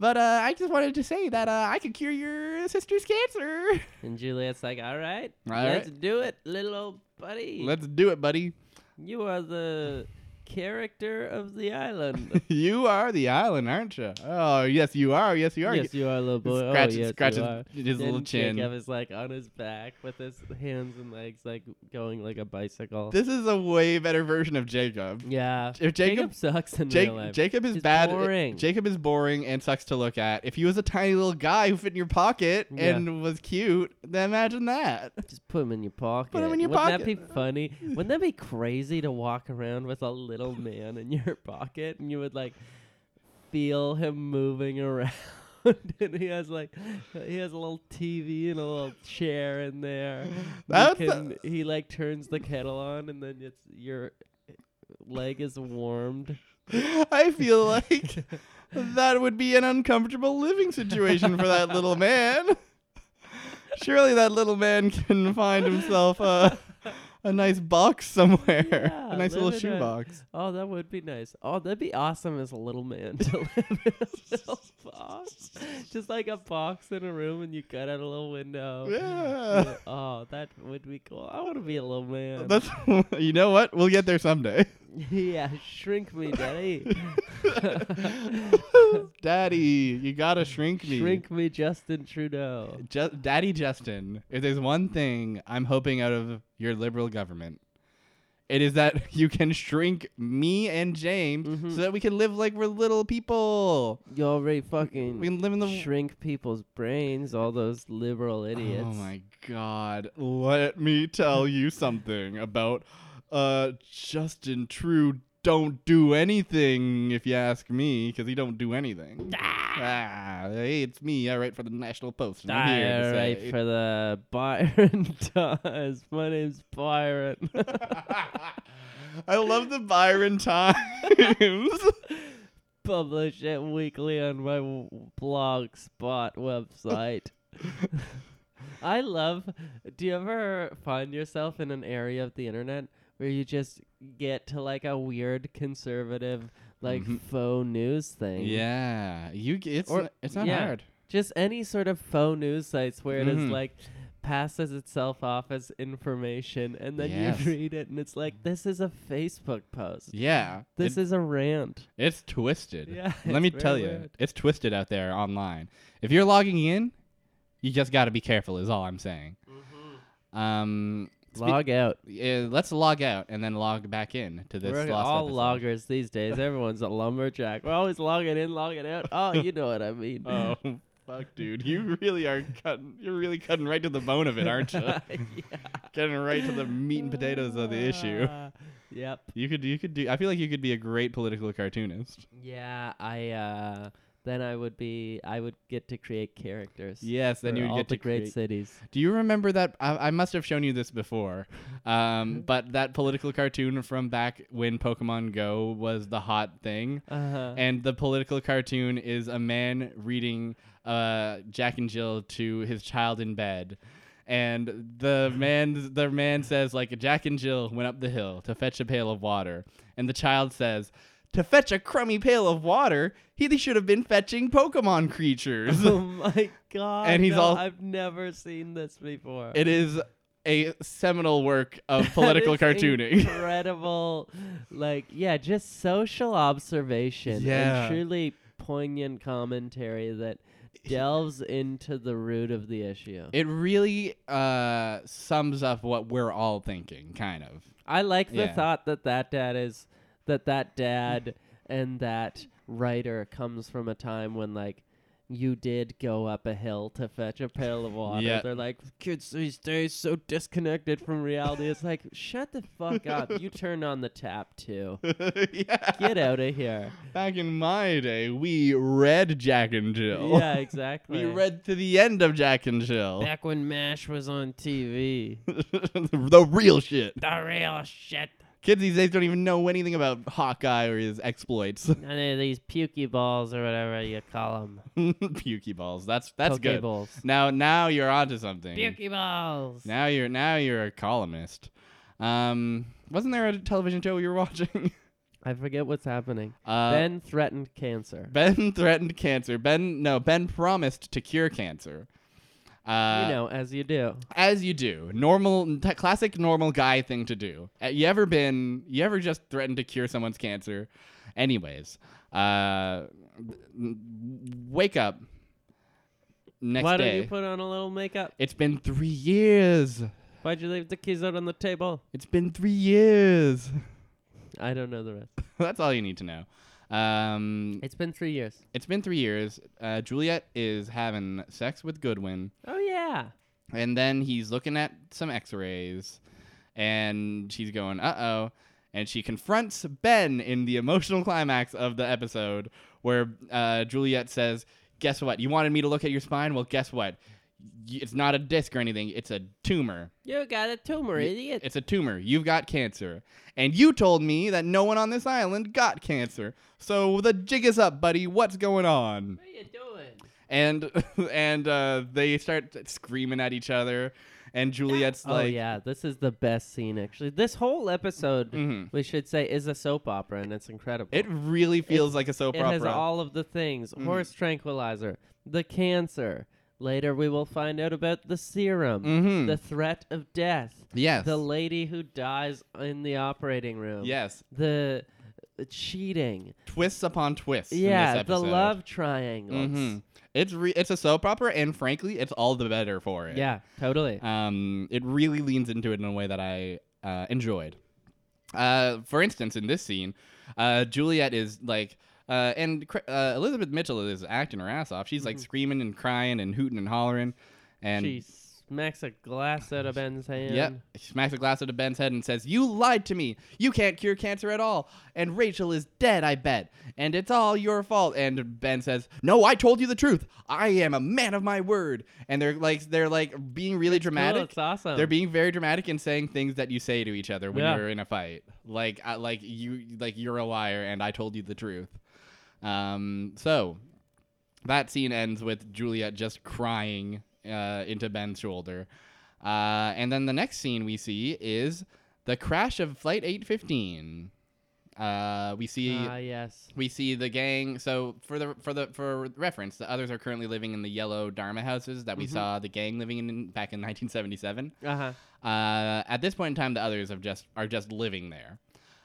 [SPEAKER 1] but uh, I just wanted to say that uh, I could cure your sister's cancer.
[SPEAKER 2] And Juliet's like, all right,
[SPEAKER 1] All
[SPEAKER 2] let's do it, little old buddy.
[SPEAKER 1] Let's do it, buddy.
[SPEAKER 2] you are the character of the island.
[SPEAKER 1] you are the island, aren't you? Oh, yes, you are. Yes, you are.
[SPEAKER 2] yes, you are, little boy.
[SPEAKER 1] Scratch-
[SPEAKER 2] oh, yes,
[SPEAKER 1] scratches
[SPEAKER 2] you are.
[SPEAKER 1] his little
[SPEAKER 2] Then
[SPEAKER 1] chin.
[SPEAKER 2] Jacob is like on his back with his hands and legs, like going like a bicycle.
[SPEAKER 1] This is a way better version of Jacob.
[SPEAKER 2] yeah.
[SPEAKER 1] If Jacob
[SPEAKER 2] sucks in real
[SPEAKER 1] Jake,
[SPEAKER 2] life.
[SPEAKER 1] Jacob is
[SPEAKER 2] He's
[SPEAKER 1] bad.
[SPEAKER 2] boring.
[SPEAKER 1] Jacob is boring and sucks to look at. If he was a tiny little guy who fit in your pocket
[SPEAKER 2] Yeah.
[SPEAKER 1] and was cute, then imagine that.
[SPEAKER 2] Just put them in your pocket.
[SPEAKER 1] in your
[SPEAKER 2] Wouldn't that be
[SPEAKER 1] pocket.
[SPEAKER 2] funny? Wouldn't that be crazy to walk around with a little man in your pocket and you would like feel him moving around? and he has like he has a little TV and a little chair in there. You
[SPEAKER 1] That's a-
[SPEAKER 2] can- he like turns the kettle on and then it's your leg is warmed.
[SPEAKER 1] I feel like that would be an uncomfortable living situation for that little man. Surely that little man can find himself a, a nice box somewhere,
[SPEAKER 2] Yeah,
[SPEAKER 1] a nice
[SPEAKER 2] live
[SPEAKER 1] little
[SPEAKER 2] in
[SPEAKER 1] shoe
[SPEAKER 2] a-
[SPEAKER 1] box.
[SPEAKER 2] Oh, that would be nice. Oh, that'd be awesome as a little man to live in a little box. Just like a box in a room and you cut out a little window.
[SPEAKER 1] Yeah.
[SPEAKER 2] Oh, that would be cool. I want to be a little man.
[SPEAKER 1] That's you know what? We'll get there someday.
[SPEAKER 2] yeah, shrink me, daddy.
[SPEAKER 1] Daddy, you gotta shrink me.
[SPEAKER 2] shrink me, Justin Trudeau.
[SPEAKER 1] Ju- Daddy Justin, if there's one thing I'm hoping out of your liberal government, it is that you can shrink me and James
[SPEAKER 2] Mhm.
[SPEAKER 1] so that we can live like we're little people.
[SPEAKER 2] You already
[SPEAKER 1] We
[SPEAKER 2] fucking
[SPEAKER 1] can live in the.
[SPEAKER 2] shrink people's brains, all those liberal idiots.
[SPEAKER 1] oh my God. Let me tell you something about uh, Justin True. Don't do anything if you ask me, because he don't do anything. Ah, hey, it's me. I write for the National Post. And I'm here to
[SPEAKER 2] All right,
[SPEAKER 1] say-
[SPEAKER 2] for the Byron Dawes. My name's Byron.
[SPEAKER 1] I love the Byron Times.
[SPEAKER 2] publish it weekly on my w- blogspot website. I love. Do you ever find yourself in an area of the internet where you just get to like a weird conservative, like
[SPEAKER 1] Mhm.
[SPEAKER 2] faux news thing?
[SPEAKER 1] yeah, you. g- It's
[SPEAKER 2] Or-
[SPEAKER 1] n- it's not
[SPEAKER 2] yeah.
[SPEAKER 1] hard.
[SPEAKER 2] Just any sort of faux news sites where it is
[SPEAKER 1] Mhm.
[SPEAKER 2] like passes itself off as information and then
[SPEAKER 1] Yes.
[SPEAKER 2] you read it and it's like this is a Facebook post.
[SPEAKER 1] Yeah,
[SPEAKER 2] This
[SPEAKER 1] it-
[SPEAKER 2] is a rant.
[SPEAKER 1] it's twisted.
[SPEAKER 2] Yeah,
[SPEAKER 1] Let
[SPEAKER 2] it's
[SPEAKER 1] me
[SPEAKER 2] very
[SPEAKER 1] tell you,
[SPEAKER 2] weird.
[SPEAKER 1] it's twisted out there online. If you're logging in, you just got to be careful. Is all I'm saying. Um, spe-
[SPEAKER 2] Mm-hmm. Log out.
[SPEAKER 1] uh, let's log out and then log back in to this.
[SPEAKER 2] We're
[SPEAKER 1] lost
[SPEAKER 2] all
[SPEAKER 1] episode.
[SPEAKER 2] loggers these days. Everyone's a lumberjack. We're always logging in, logging out. Oh, you know what I mean.
[SPEAKER 1] Oh. Fuck, dude, you really are cutting. You're really cutting right to the bone of it, aren't you? Getting right to the meat and potatoes of the issue.
[SPEAKER 2] Uh, yep.
[SPEAKER 1] You could you could do I feel like you could be a great political cartoonist.
[SPEAKER 2] Yeah, I uh then I would be I would get to create characters.
[SPEAKER 1] Yes, then
[SPEAKER 2] for
[SPEAKER 1] you would
[SPEAKER 2] all
[SPEAKER 1] get
[SPEAKER 2] the
[SPEAKER 1] to
[SPEAKER 2] great
[SPEAKER 1] create.
[SPEAKER 2] cities.
[SPEAKER 1] Do you remember that? I, I must have shown you this before, um, but that political cartoon from back when Pokemon Go was the hot thing.
[SPEAKER 2] Uh-huh.
[SPEAKER 1] And the political cartoon is a man reading uh, Jack and Jill to his child in bed. And the man, the man says, like, Jack and Jill went up the hill to fetch a pail of water. And the child says, to fetch a crummy pail of water, he should have been fetching Pokemon creatures.
[SPEAKER 2] oh my god!
[SPEAKER 1] And he's
[SPEAKER 2] no,
[SPEAKER 1] all-
[SPEAKER 2] I've never seen this before.
[SPEAKER 1] It is a seminal work of
[SPEAKER 2] That
[SPEAKER 1] political
[SPEAKER 2] is
[SPEAKER 1] cartooning.
[SPEAKER 2] Incredible, like yeah, just social observation
[SPEAKER 1] Yeah.
[SPEAKER 2] and truly poignant commentary that delves into the root of the issue.
[SPEAKER 1] It really uh, sums up what we're all thinking, kind of.
[SPEAKER 2] I like the
[SPEAKER 1] Yeah.
[SPEAKER 2] thought that that dad is that that dad and that writer comes from a time when like you did go up a hill to fetch a pail of water.
[SPEAKER 1] Yeah.
[SPEAKER 2] They're like kids these days so disconnected from reality. It's like shut the fuck up. You turned on the tap too.
[SPEAKER 1] yeah.
[SPEAKER 2] Get out of here.
[SPEAKER 1] Back in my day, we read Jack and Jill.
[SPEAKER 2] Yeah, exactly.
[SPEAKER 1] We read to the end of Jack and Jill.
[SPEAKER 2] back when Mash was on TV.
[SPEAKER 1] the real shit.
[SPEAKER 2] the real shit.
[SPEAKER 1] Kids these days don't even know anything about Hawkeye or his exploits.
[SPEAKER 2] None of these pukey balls or whatever you call them.
[SPEAKER 1] Pukey balls. That's that's good.
[SPEAKER 2] Balls.
[SPEAKER 1] Now now you're onto something.
[SPEAKER 2] Pukey balls.
[SPEAKER 1] Now you're now you're a columnist. Um, wasn't there a television show you were watching?
[SPEAKER 2] I forget what's happening.
[SPEAKER 1] Uh,
[SPEAKER 2] ben threatened cancer.
[SPEAKER 1] Ben threatened cancer. Ben no. Ben promised to cure cancer. Uh,
[SPEAKER 2] you know, as you do.
[SPEAKER 1] as you do, normal, t- classic normal guy thing to do. Uh, You ever been? You ever just threatened to cure someone's cancer? Anyways, uh, n- wake up next
[SPEAKER 2] Why
[SPEAKER 1] day.
[SPEAKER 2] don't you put on a little makeup?
[SPEAKER 1] it's been three years.
[SPEAKER 2] Why'd you leave the keys out on the table?
[SPEAKER 1] It's been three years.
[SPEAKER 2] I don't know the rest.
[SPEAKER 1] That's all you need to know. Um,
[SPEAKER 2] It's been three years.
[SPEAKER 1] it's been three years. Uh, Juliet is having sex with Goodwin,
[SPEAKER 2] Oh yeah.
[SPEAKER 1] and then he's looking at some X-rays, and she's going, "Uh oh," and she confronts Ben in the emotional climax of the episode, where uh, Juliet says, "Guess what? You wanted me to look at your spine. Well, guess what? Y- It's not a disc or anything. It's a tumor.
[SPEAKER 2] You got a tumor, idiot.
[SPEAKER 1] It's a tumor. You've got cancer. And you told me that no one on this island got cancer. So the jig is up, buddy. What's going on?
[SPEAKER 2] what are you doing?
[SPEAKER 1] And and uh, they start screaming at each other. And Juliet's
[SPEAKER 2] oh
[SPEAKER 1] like,
[SPEAKER 2] yeah, this is the best scene actually. This whole episode,
[SPEAKER 1] Mhm.
[SPEAKER 2] we should say, is a soap opera, and it's incredible.
[SPEAKER 1] it really feels like a soap
[SPEAKER 2] It has
[SPEAKER 1] opera. Mm.
[SPEAKER 2] all of the things: horse tranquilizer, the cancer. Later, we will find out about the serum,
[SPEAKER 1] Mhm.
[SPEAKER 2] the threat of death,
[SPEAKER 1] yes.
[SPEAKER 2] The lady who dies in the operating room.
[SPEAKER 1] yes.
[SPEAKER 2] The uh, cheating.
[SPEAKER 1] Twists upon twists. in this
[SPEAKER 2] yeah. The
[SPEAKER 1] episode.
[SPEAKER 2] love triangles.
[SPEAKER 1] Mhm. It's re- it's a soap opera, and frankly, it's all the better for it.
[SPEAKER 2] Yeah. Totally.
[SPEAKER 1] Um, it really leans into it in a way that I uh, enjoyed. Uh, for instance, in this scene, uh, Juliet is like, uh, and Cr- uh, Elizabeth Mitchell is acting her ass off.
[SPEAKER 2] Mm-hmm.
[SPEAKER 1] She's like screaming and crying and hooting and hollering, and
[SPEAKER 2] she smacks a glass out of Ben's hand.
[SPEAKER 1] yep, smacks a glass into Ben's head and says, "You lied to me. You can't cure cancer at all. And Rachel is dead, I bet. And it's all your fault." And Ben says, "No, I told you the truth. I am a man of my word." And they're like, they're like being really dramatic.
[SPEAKER 2] Cool, Oh, it's awesome.
[SPEAKER 1] They're being very dramatic and saying things that you say to each other when
[SPEAKER 2] Um, Yeah.
[SPEAKER 1] you're in a fight, like uh, like you like you're a liar and I told you the truth. Um, so that scene ends with Juliet just crying uh, into Ben's shoulder, uh, and then the next scene we see is the crash of Flight 815. Uh, we see
[SPEAKER 2] ah yes.
[SPEAKER 1] we see the gang. So for the for the for reference, the others are currently living in the yellow Dharma houses that we saw the gang living in back in 1977.
[SPEAKER 2] Uh huh.
[SPEAKER 1] Uh, at this point in time, the others have just are just living there,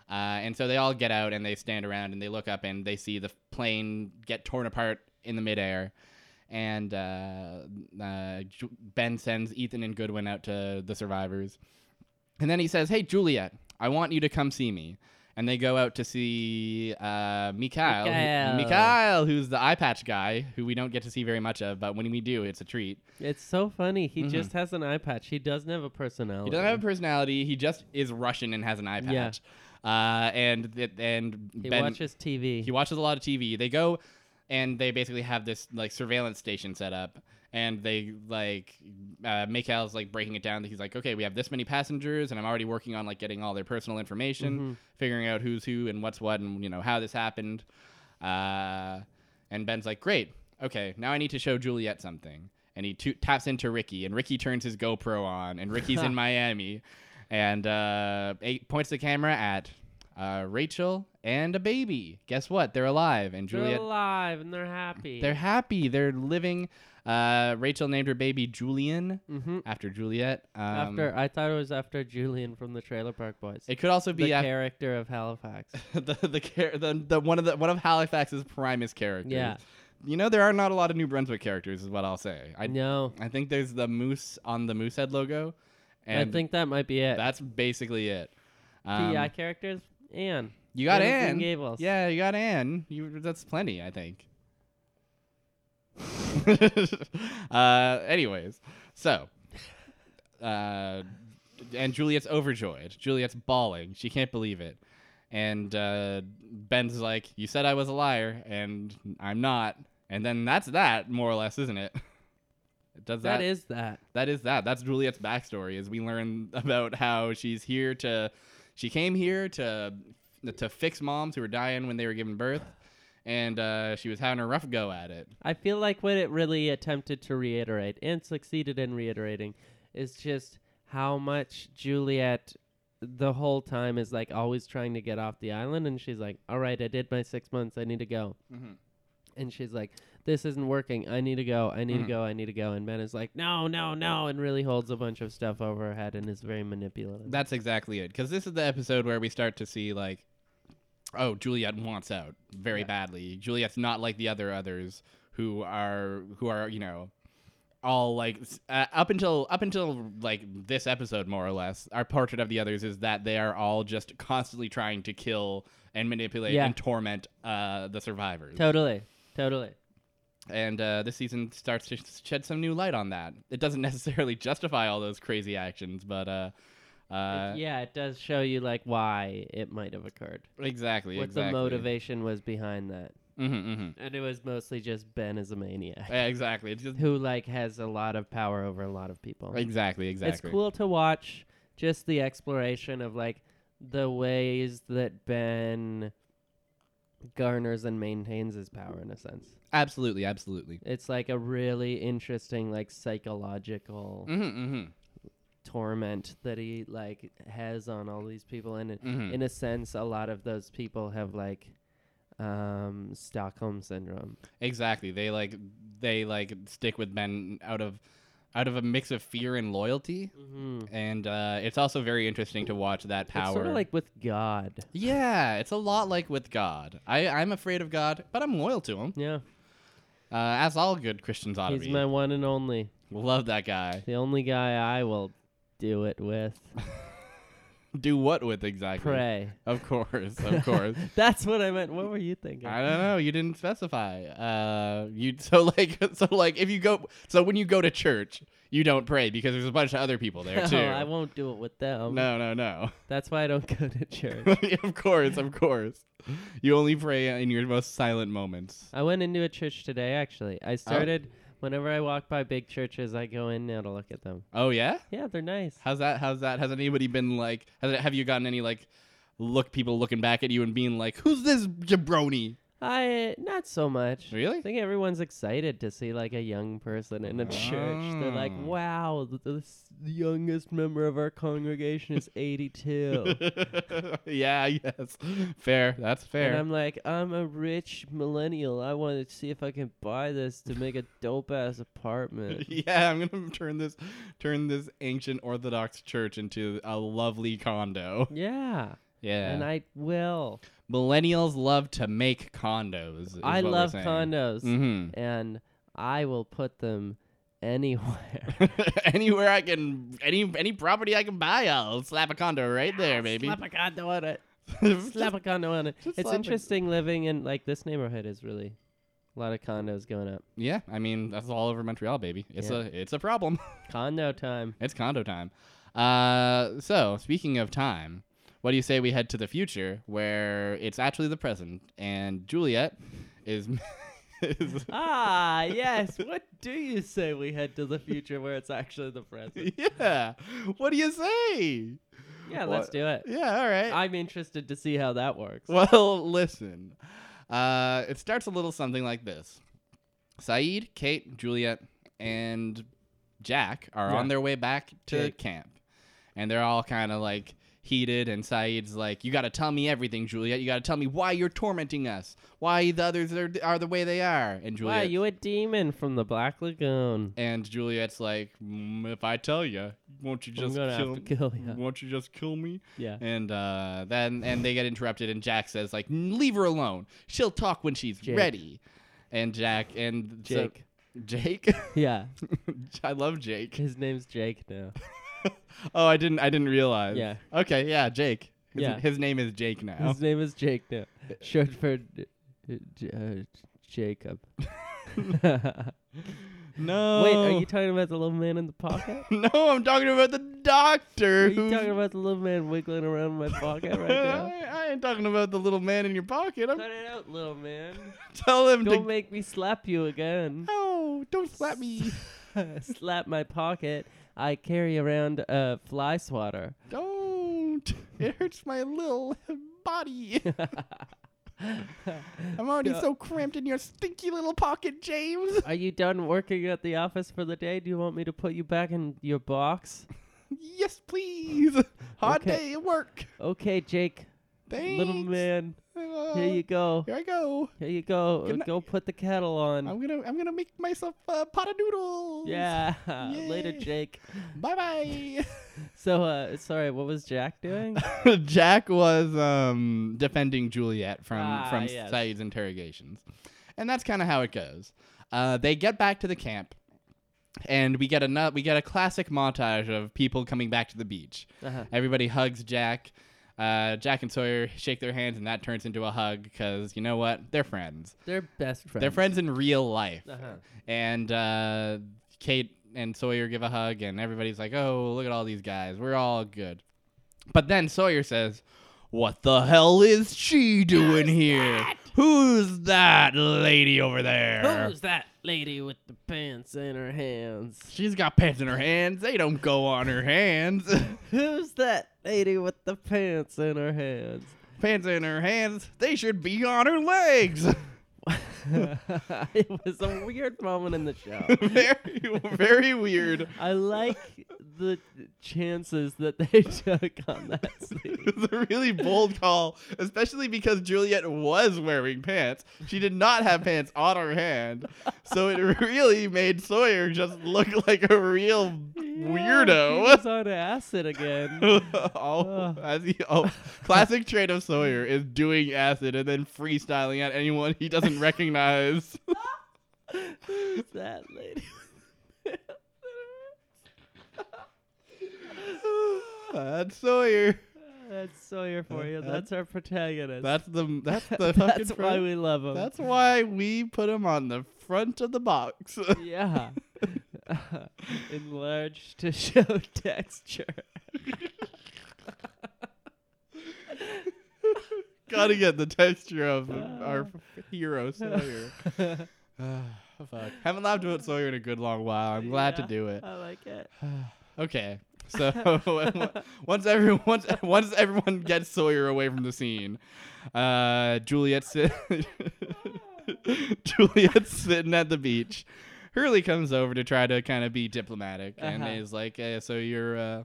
[SPEAKER 1] uh, and so they all get out and they stand around and they look up and they see the plane get torn apart in the midair, and uh, uh, Ju- Ben sends Ethan and Goodwin out to the survivors, and then he says, "Hey Juliet, I want you to come see me." And they go out to see uh, Mikhail, who-
[SPEAKER 2] Mikhail.
[SPEAKER 1] Mikhail, who's the eye patch guy, who we don't get to see very much of, but when we do, it's a treat.
[SPEAKER 2] It's so funny. He just has an eye patch. He doesn't have a personality.
[SPEAKER 1] He Mm-hmm. doesn't have a personality. He just is Russian and has an eye
[SPEAKER 2] Yeah.
[SPEAKER 1] patch. Uh, and th- and
[SPEAKER 2] He
[SPEAKER 1] Ben
[SPEAKER 2] watches TV.
[SPEAKER 1] he watches a lot of TV. They go and they basically have this like surveillance station set up and they like uh Mikhail's like breaking it down that he's like okay we have this many passengers and I'm already working on like getting all their personal information figuring out who's who and what's what and you know how this happened uh and Ben's like great okay now I need to show Juliet something and he to- taps into Ricky and Ricky turns his GoPro on and Ricky's in Miami and uh eight points the camera at uh, Rachel and a baby. Guess what? They're alive. And
[SPEAKER 2] They're
[SPEAKER 1] Juliet,
[SPEAKER 2] alive and they're happy.
[SPEAKER 1] they're happy. They're living. Uh, Rachel named her baby Julian
[SPEAKER 2] hmm
[SPEAKER 1] after Juliet. Um,
[SPEAKER 2] after I thought it was after Julian from the Trailer Park Boys,
[SPEAKER 1] it could also
[SPEAKER 2] the
[SPEAKER 1] be after
[SPEAKER 2] character of Halifax.
[SPEAKER 1] the the, char- the the one of the one of Halifax's primus characters.
[SPEAKER 2] Yeah.
[SPEAKER 1] You know there are not a lot of New Brunswick characters, is what I'll say. I
[SPEAKER 2] no,
[SPEAKER 1] I think there's the moose on the Moosehead logo, and
[SPEAKER 2] I think that might be it.
[SPEAKER 1] that's basically it. Um,
[SPEAKER 2] PI characters, Anne.
[SPEAKER 1] you got
[SPEAKER 2] Anne of Green
[SPEAKER 1] Anne.
[SPEAKER 2] Gables.
[SPEAKER 1] Yeah, you got Anne. You that's plenty, I think. uh, anyways, so uh, and Juliet's overjoyed. Juliet's bawling. She can't believe it. And uh, Ben's like, "You said I was a liar, and I'm not." And then that's that, more or less, isn't it? Does that
[SPEAKER 2] that is that.
[SPEAKER 1] that is that. That's Juliet's backstory. Is we learn about how she's here to, she came here to, to fix moms who were dying when they were giving birth, and uh, she was having a rough go at it.
[SPEAKER 2] I feel like what it really attempted to reiterate and succeeded in reiterating is just how much Juliet the whole time is like always trying to get off the island and she's like, "All right, I did my 6 months. I need to go."
[SPEAKER 1] Mhm.
[SPEAKER 2] And she's like, "This isn't working. I need to go. I need
[SPEAKER 1] Mhm.
[SPEAKER 2] to go. I need to go." And Ben is like, "No, no, no." And really holds a bunch of stuff over her head and is very manipulative.
[SPEAKER 1] That's exactly it. Because this is the episode where we start to see like, oh, Juliet wants out very
[SPEAKER 2] Yeah.
[SPEAKER 1] badly. Juliet's not like the other others who are who are you know, all like s- uh, up until up until like this episode more or less. Our portrait of the others is that they are all just constantly trying to kill and manipulate
[SPEAKER 2] Yeah.
[SPEAKER 1] and torment uh, the survivors.
[SPEAKER 2] Totally. Totally.
[SPEAKER 1] And uh, this season starts to shed some new light on that. It doesn't necessarily justify all those crazy actions, but uh, uh,
[SPEAKER 2] It- yeah, it does show you like why it might have occurred.
[SPEAKER 1] exactly
[SPEAKER 2] what
[SPEAKER 1] exactly.
[SPEAKER 2] the motivation was behind that.
[SPEAKER 1] Mm-hmm, mm-hmm.
[SPEAKER 2] And it was mostly just Ben is a maniac
[SPEAKER 1] Yeah, exactly. It's just
[SPEAKER 2] who like has a lot of power over a lot of people.
[SPEAKER 1] exactly,
[SPEAKER 2] It's
[SPEAKER 1] exactly.
[SPEAKER 2] cool to watch just the exploration of like the ways that Ben garners and maintains his power in a sense.
[SPEAKER 1] Absolutely, absolutely.
[SPEAKER 2] It's like a really interesting like psychological
[SPEAKER 1] hmm hmm
[SPEAKER 2] torment that he like has on all these people and it,
[SPEAKER 1] hmm
[SPEAKER 2] in a sense a lot of those people have like um Stockholm syndrome.
[SPEAKER 1] Exactly. They like they like stick with Ben out of out of a mix of fear and loyalty,
[SPEAKER 2] Mhm.
[SPEAKER 1] and uh, it's also very interesting to watch that power.
[SPEAKER 2] It's sort of like with God.
[SPEAKER 1] yeah, it's a lot like with God. I I'm afraid of God, but I'm loyal to him,
[SPEAKER 2] Yeah.
[SPEAKER 1] uh, as all good Christians ought to
[SPEAKER 2] He's
[SPEAKER 1] be.
[SPEAKER 2] my one and only.
[SPEAKER 1] Love that guy.
[SPEAKER 2] The only guy I will do it with.
[SPEAKER 1] Do what with exactly?
[SPEAKER 2] Pray.
[SPEAKER 1] Of course, of course.
[SPEAKER 2] That's what I meant. What were you thinking?
[SPEAKER 1] I don't know. You didn't specify. Uh, you so like so like if you go so when you go to church, you don't pray because there's a bunch of other people there too.
[SPEAKER 2] No, Oh, I won't do it with them.
[SPEAKER 1] no, no, no.
[SPEAKER 2] That's why I don't go to church.
[SPEAKER 1] of course, of course. You only pray in your most silent moments.
[SPEAKER 2] I went into a church today, actually.
[SPEAKER 1] Oh.
[SPEAKER 2] I started, whenever I walk by big churches, I go in now to look at them.
[SPEAKER 1] Oh yeah.
[SPEAKER 2] Yeah, they're nice.
[SPEAKER 1] How's that? How's that? Has anybody been like? Has, have you gotten any like look people looking back at you and being like, "Who's this jabroni?"
[SPEAKER 2] I, not so much. I
[SPEAKER 1] Really?
[SPEAKER 2] think everyone's excited to see like a young person in a church. They're like,
[SPEAKER 1] Oh.
[SPEAKER 2] "Wow, th- this youngest member of our congregation is 82."
[SPEAKER 1] yeah. Yes. Fair. That's fair.
[SPEAKER 2] And I'm like, "I'm a rich millennial. I want to see if I can buy this to make a dope ass apartment."
[SPEAKER 1] yeah, I'm gonna turn this turn this ancient Orthodox church into a lovely condo.
[SPEAKER 2] yeah,
[SPEAKER 1] Yeah,
[SPEAKER 2] and I will.
[SPEAKER 1] millennials love to make condos. is
[SPEAKER 2] I
[SPEAKER 1] what we're
[SPEAKER 2] love
[SPEAKER 1] saying.
[SPEAKER 2] condos,
[SPEAKER 1] Mhm.
[SPEAKER 2] and I will put them anywhere.
[SPEAKER 1] Anywhere I can, any any property I can buy, I'll slap a condo right there, baby.
[SPEAKER 2] Slap a condo on it.
[SPEAKER 1] Just-
[SPEAKER 2] slap a condo on it.
[SPEAKER 1] just
[SPEAKER 2] It's
[SPEAKER 1] slap a-
[SPEAKER 2] interesting living in like this neighborhood is really a lot of condos going up.
[SPEAKER 1] yeah, I mean that's all over Montreal, baby. It's
[SPEAKER 2] Yeah.
[SPEAKER 1] a it's a problem.
[SPEAKER 2] Condo time.
[SPEAKER 1] it's condo time. Uh, so speaking of time, what do you say we head to the future where it's actually the present and Juliet is is.
[SPEAKER 2] ah, yes. What do you say we head to the future where it's actually the present?
[SPEAKER 1] yeah. What do you say?
[SPEAKER 2] Yeah, let's
[SPEAKER 1] What?
[SPEAKER 2] do it.
[SPEAKER 1] Yeah, all right.
[SPEAKER 2] I'm interested to see how that works.
[SPEAKER 1] Eh. Well, listen. Uh, it starts a little something like this Saeed, Kate, Juliet, and Jack are
[SPEAKER 2] Yeah.
[SPEAKER 1] on their way back to
[SPEAKER 2] Jake.
[SPEAKER 1] camp. And they're all kind of like heated. And Saeed's like, You got to tell me everything, Juliet. You got to tell me why you're tormenting us, why the others are, are the way they are. And Juliet.
[SPEAKER 2] Why you a demon from the Black Lagoon?
[SPEAKER 1] and Juliet's like, mm, If I tell you, won't you
[SPEAKER 2] I'm
[SPEAKER 1] just
[SPEAKER 2] gonna
[SPEAKER 1] kill
[SPEAKER 2] have to kill you.
[SPEAKER 1] Won't you just kill me?
[SPEAKER 2] Yeah.
[SPEAKER 1] And uh, then and they get interrupted, and Jack says like, "N- "Leave her alone. She'll talk when she's
[SPEAKER 2] Jake.
[SPEAKER 1] ready." And Jack and so-
[SPEAKER 2] Jake.
[SPEAKER 1] Jake,
[SPEAKER 2] yeah.
[SPEAKER 1] I love Jake.
[SPEAKER 2] His name's Jake now.
[SPEAKER 1] Oh, I didn't, I didn't realize.
[SPEAKER 2] Yeah.
[SPEAKER 1] Okay, yeah, Jake. His,
[SPEAKER 2] Yeah.
[SPEAKER 1] his name is Jake now.
[SPEAKER 2] His name is Jake now.
[SPEAKER 1] Eh.
[SPEAKER 2] Short for J- J- uh, Jacob.
[SPEAKER 1] no.
[SPEAKER 2] Wait, are you talking about the little man in the pocket?
[SPEAKER 1] no, I'm talking about the doctor.
[SPEAKER 2] Are you
[SPEAKER 1] who's-
[SPEAKER 2] talking about the little man wiggling around in my pocket right now?
[SPEAKER 1] I, I ain't talking about the little man in your pocket. I'm
[SPEAKER 2] Cut it out, little man.
[SPEAKER 1] tell him
[SPEAKER 2] Don't
[SPEAKER 1] to.
[SPEAKER 2] make me slap you again.
[SPEAKER 1] no, don't slap me.
[SPEAKER 2] slap my pocket. I carry around a fly swatter.
[SPEAKER 1] Don't. It hurts my little body. I'm already
[SPEAKER 2] Yeah.
[SPEAKER 1] so cramped in your stinky little pocket, James.
[SPEAKER 2] Are you done working at the office for the day? Do you want me to put you back in your box?
[SPEAKER 1] yes, please. Hot
[SPEAKER 2] Okay.
[SPEAKER 1] day at work.
[SPEAKER 2] Okay, Jake.
[SPEAKER 1] Thanks.
[SPEAKER 2] Little man,
[SPEAKER 1] Uh,
[SPEAKER 2] here you go.
[SPEAKER 1] here I go.
[SPEAKER 2] Here you go.
[SPEAKER 1] Good night.
[SPEAKER 2] Go put the kettle on.
[SPEAKER 1] I'm gonna I'm gonna make myself a pot of noodles.
[SPEAKER 2] Mm. yeah. Later,
[SPEAKER 1] Yay.
[SPEAKER 2] Jake.
[SPEAKER 1] Bye
[SPEAKER 2] So, uh, sorry, what was Jack doing?
[SPEAKER 1] bye. Jack was um defending Juliet from
[SPEAKER 2] Ah,
[SPEAKER 1] from
[SPEAKER 2] yes.
[SPEAKER 1] Saeed's interrogations, and that's kind of how it goes. Uh, they get back to the camp. And we get another, we get a classic montage of people coming back to the beach.
[SPEAKER 2] Uh-huh.
[SPEAKER 1] Everybody hugs Jack. Uh, Jack and Sawyer shake their hands, and that turns into a hug because you know what? They're friends.
[SPEAKER 2] They're best friends.
[SPEAKER 1] They're friends in real life.
[SPEAKER 2] Uh-huh.
[SPEAKER 1] And uh, Kate and Sawyer give a hug, and everybody's like, oh, look at all these guys. We're all good. But then Sawyer says, What the hell is she doing here? Who's that lady over there?
[SPEAKER 2] Who's that lady with the pants in her hands?
[SPEAKER 1] She's got pants in her hands. They don't go on her hands.
[SPEAKER 2] Who's that lady with the pants in her hands?
[SPEAKER 1] pants in her hands. They should be on her legs.
[SPEAKER 2] it was a weird moment in the show.
[SPEAKER 1] very, very weird.
[SPEAKER 2] I like the chances that they took on that scene.
[SPEAKER 1] It was a really bold call, especially because Juliet was wearing pants. She did not have pants on her hand, so it really made Sawyer just look like a real
[SPEAKER 2] He
[SPEAKER 1] weirdo.
[SPEAKER 2] was on acid again.
[SPEAKER 1] oh, as he, oh, classic trait of Sawyer is doing acid and then freestyling at anyone he doesn't recognize.
[SPEAKER 2] Who's that lady?
[SPEAKER 1] That's Sawyer.
[SPEAKER 2] That's Sawyer for you.
[SPEAKER 1] that-
[SPEAKER 2] That's our protagonist.
[SPEAKER 1] That's the that's the fucking.
[SPEAKER 2] That's why
[SPEAKER 1] pro-
[SPEAKER 2] we love him.
[SPEAKER 1] That's why we put him on the front of the box.
[SPEAKER 2] yeah. Enlarged to show texture.
[SPEAKER 1] Gotta get the texture of our
[SPEAKER 2] Ah.
[SPEAKER 1] hero Sawyer. Ah, fuck. Haven't laughed about Sawyer in a good long while. I'm glad
[SPEAKER 2] Yeah,
[SPEAKER 1] to do it.
[SPEAKER 2] I like it.
[SPEAKER 1] Okay. So once everyone once, once everyone gets Sawyer away from the scene, uh, Juliet's sit- Juliet's sitting at the beach. Hurley comes over to try to kind of be diplomatic
[SPEAKER 2] Uh-huh.
[SPEAKER 1] and is like, hey, "So you're, uh,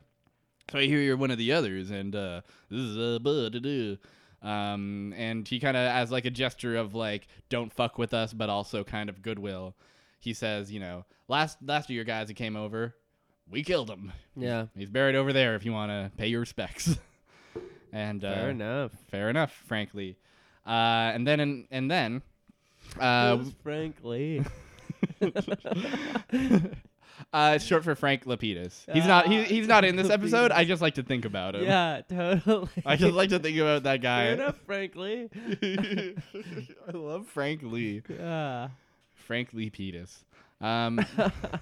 [SPEAKER 1] so I hear you're one of the others, and uh, this is a blah to do." Um, and he kind of as like a gesture of like, "Don't fuck with us," but also kind of goodwill. He says, "You know, last last of your guys that came over, we killed him.
[SPEAKER 2] Yeah.
[SPEAKER 1] He's buried over there. If you want to pay your respects." and uh,
[SPEAKER 2] Fair enough.
[SPEAKER 1] fair enough, frankly. Uh, and then and, and then, uh,
[SPEAKER 2] Who's Frank Lee?
[SPEAKER 1] uh, it's short for Frank Lapidus. He's not he,
[SPEAKER 2] Ah,
[SPEAKER 1] he's not in this
[SPEAKER 2] Frank
[SPEAKER 1] episode.
[SPEAKER 2] Lapidus.
[SPEAKER 1] I just like to think about him.
[SPEAKER 2] yeah, totally.
[SPEAKER 1] I just like to think about that guy.
[SPEAKER 2] Fair enough, Frank Lee.
[SPEAKER 1] I love Frank Lee.
[SPEAKER 2] Yeah.
[SPEAKER 1] Frankly, Lepidus. Um,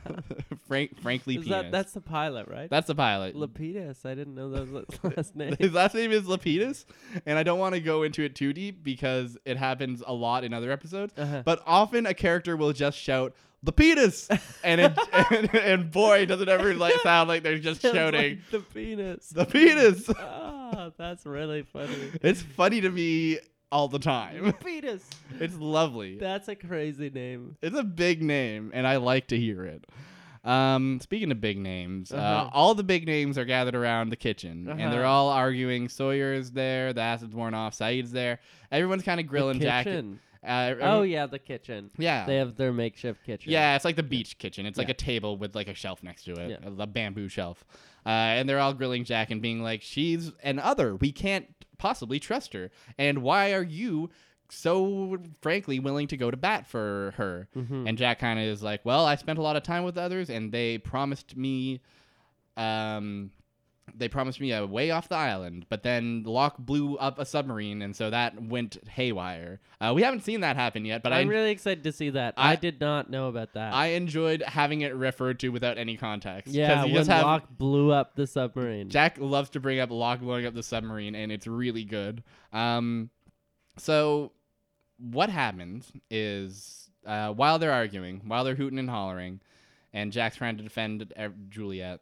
[SPEAKER 1] Frank, Frankly,
[SPEAKER 2] Is that, that's the pilot, right?
[SPEAKER 1] that's the pilot.
[SPEAKER 2] Lapidus. I didn't know that was his last name.
[SPEAKER 1] His last name is Lapidus, and I don't want to go into it too deep because it happens a lot in other episodes.
[SPEAKER 2] Uh-huh.
[SPEAKER 1] But often a character will just shout Lapidus, and it, and, and boy, does it ever like sound like they're just
[SPEAKER 2] Sounds
[SPEAKER 1] shouting
[SPEAKER 2] like the penis.
[SPEAKER 1] Lapidus.
[SPEAKER 2] Ah, that's really funny.
[SPEAKER 1] It's funny to me all the time.
[SPEAKER 2] Penis.
[SPEAKER 1] It's lovely.
[SPEAKER 2] That's a crazy name.
[SPEAKER 1] It's a big name, and I like to hear it. Um, speaking of big names, uh
[SPEAKER 2] Uh-huh.
[SPEAKER 1] all the big names are gathered around the kitchen, and they're
[SPEAKER 2] Uh-huh.
[SPEAKER 1] all arguing. Sawyer's there, the acid's worn off, Saeed's there. Everyone's kind of grilling
[SPEAKER 2] the
[SPEAKER 1] jacket.
[SPEAKER 2] kitchen.
[SPEAKER 1] Uh,
[SPEAKER 2] Oh yeah, the kitchen.
[SPEAKER 1] yeah.
[SPEAKER 2] They have their makeshift kitchen.
[SPEAKER 1] Yeah, it's like the beach kitchen. It's like
[SPEAKER 2] Yeah.
[SPEAKER 1] a table with like a shelf next to it,
[SPEAKER 2] Yeah.
[SPEAKER 1] a bamboo shelf. Uh, and they're all grilling Jack and being like, she's an other. We can't possibly trust her. And why are you so frankly willing to go to bat for her?
[SPEAKER 2] Mhm.
[SPEAKER 1] And Jack kind of is like, well, I spent a lot of time with others and they promised me. Um, they promised me a way off the island, but then Locke blew up a submarine, and so that went haywire. Uh, we haven't seen that happen yet, but
[SPEAKER 2] I'm
[SPEAKER 1] I
[SPEAKER 2] really excited to see that. I,
[SPEAKER 1] I-
[SPEAKER 2] did not know about that.
[SPEAKER 1] I enjoyed having it referred to without any context. 'Cause
[SPEAKER 2] yeah,
[SPEAKER 1] you
[SPEAKER 2] when
[SPEAKER 1] just have-
[SPEAKER 2] Locke blew up the submarine.
[SPEAKER 1] Jack loves to bring up Locke blowing up the submarine, and it's really good. Um, so what happens is uh, while they're arguing, while they're hooting and hollering, and Jack's trying to defend uh, Juliet,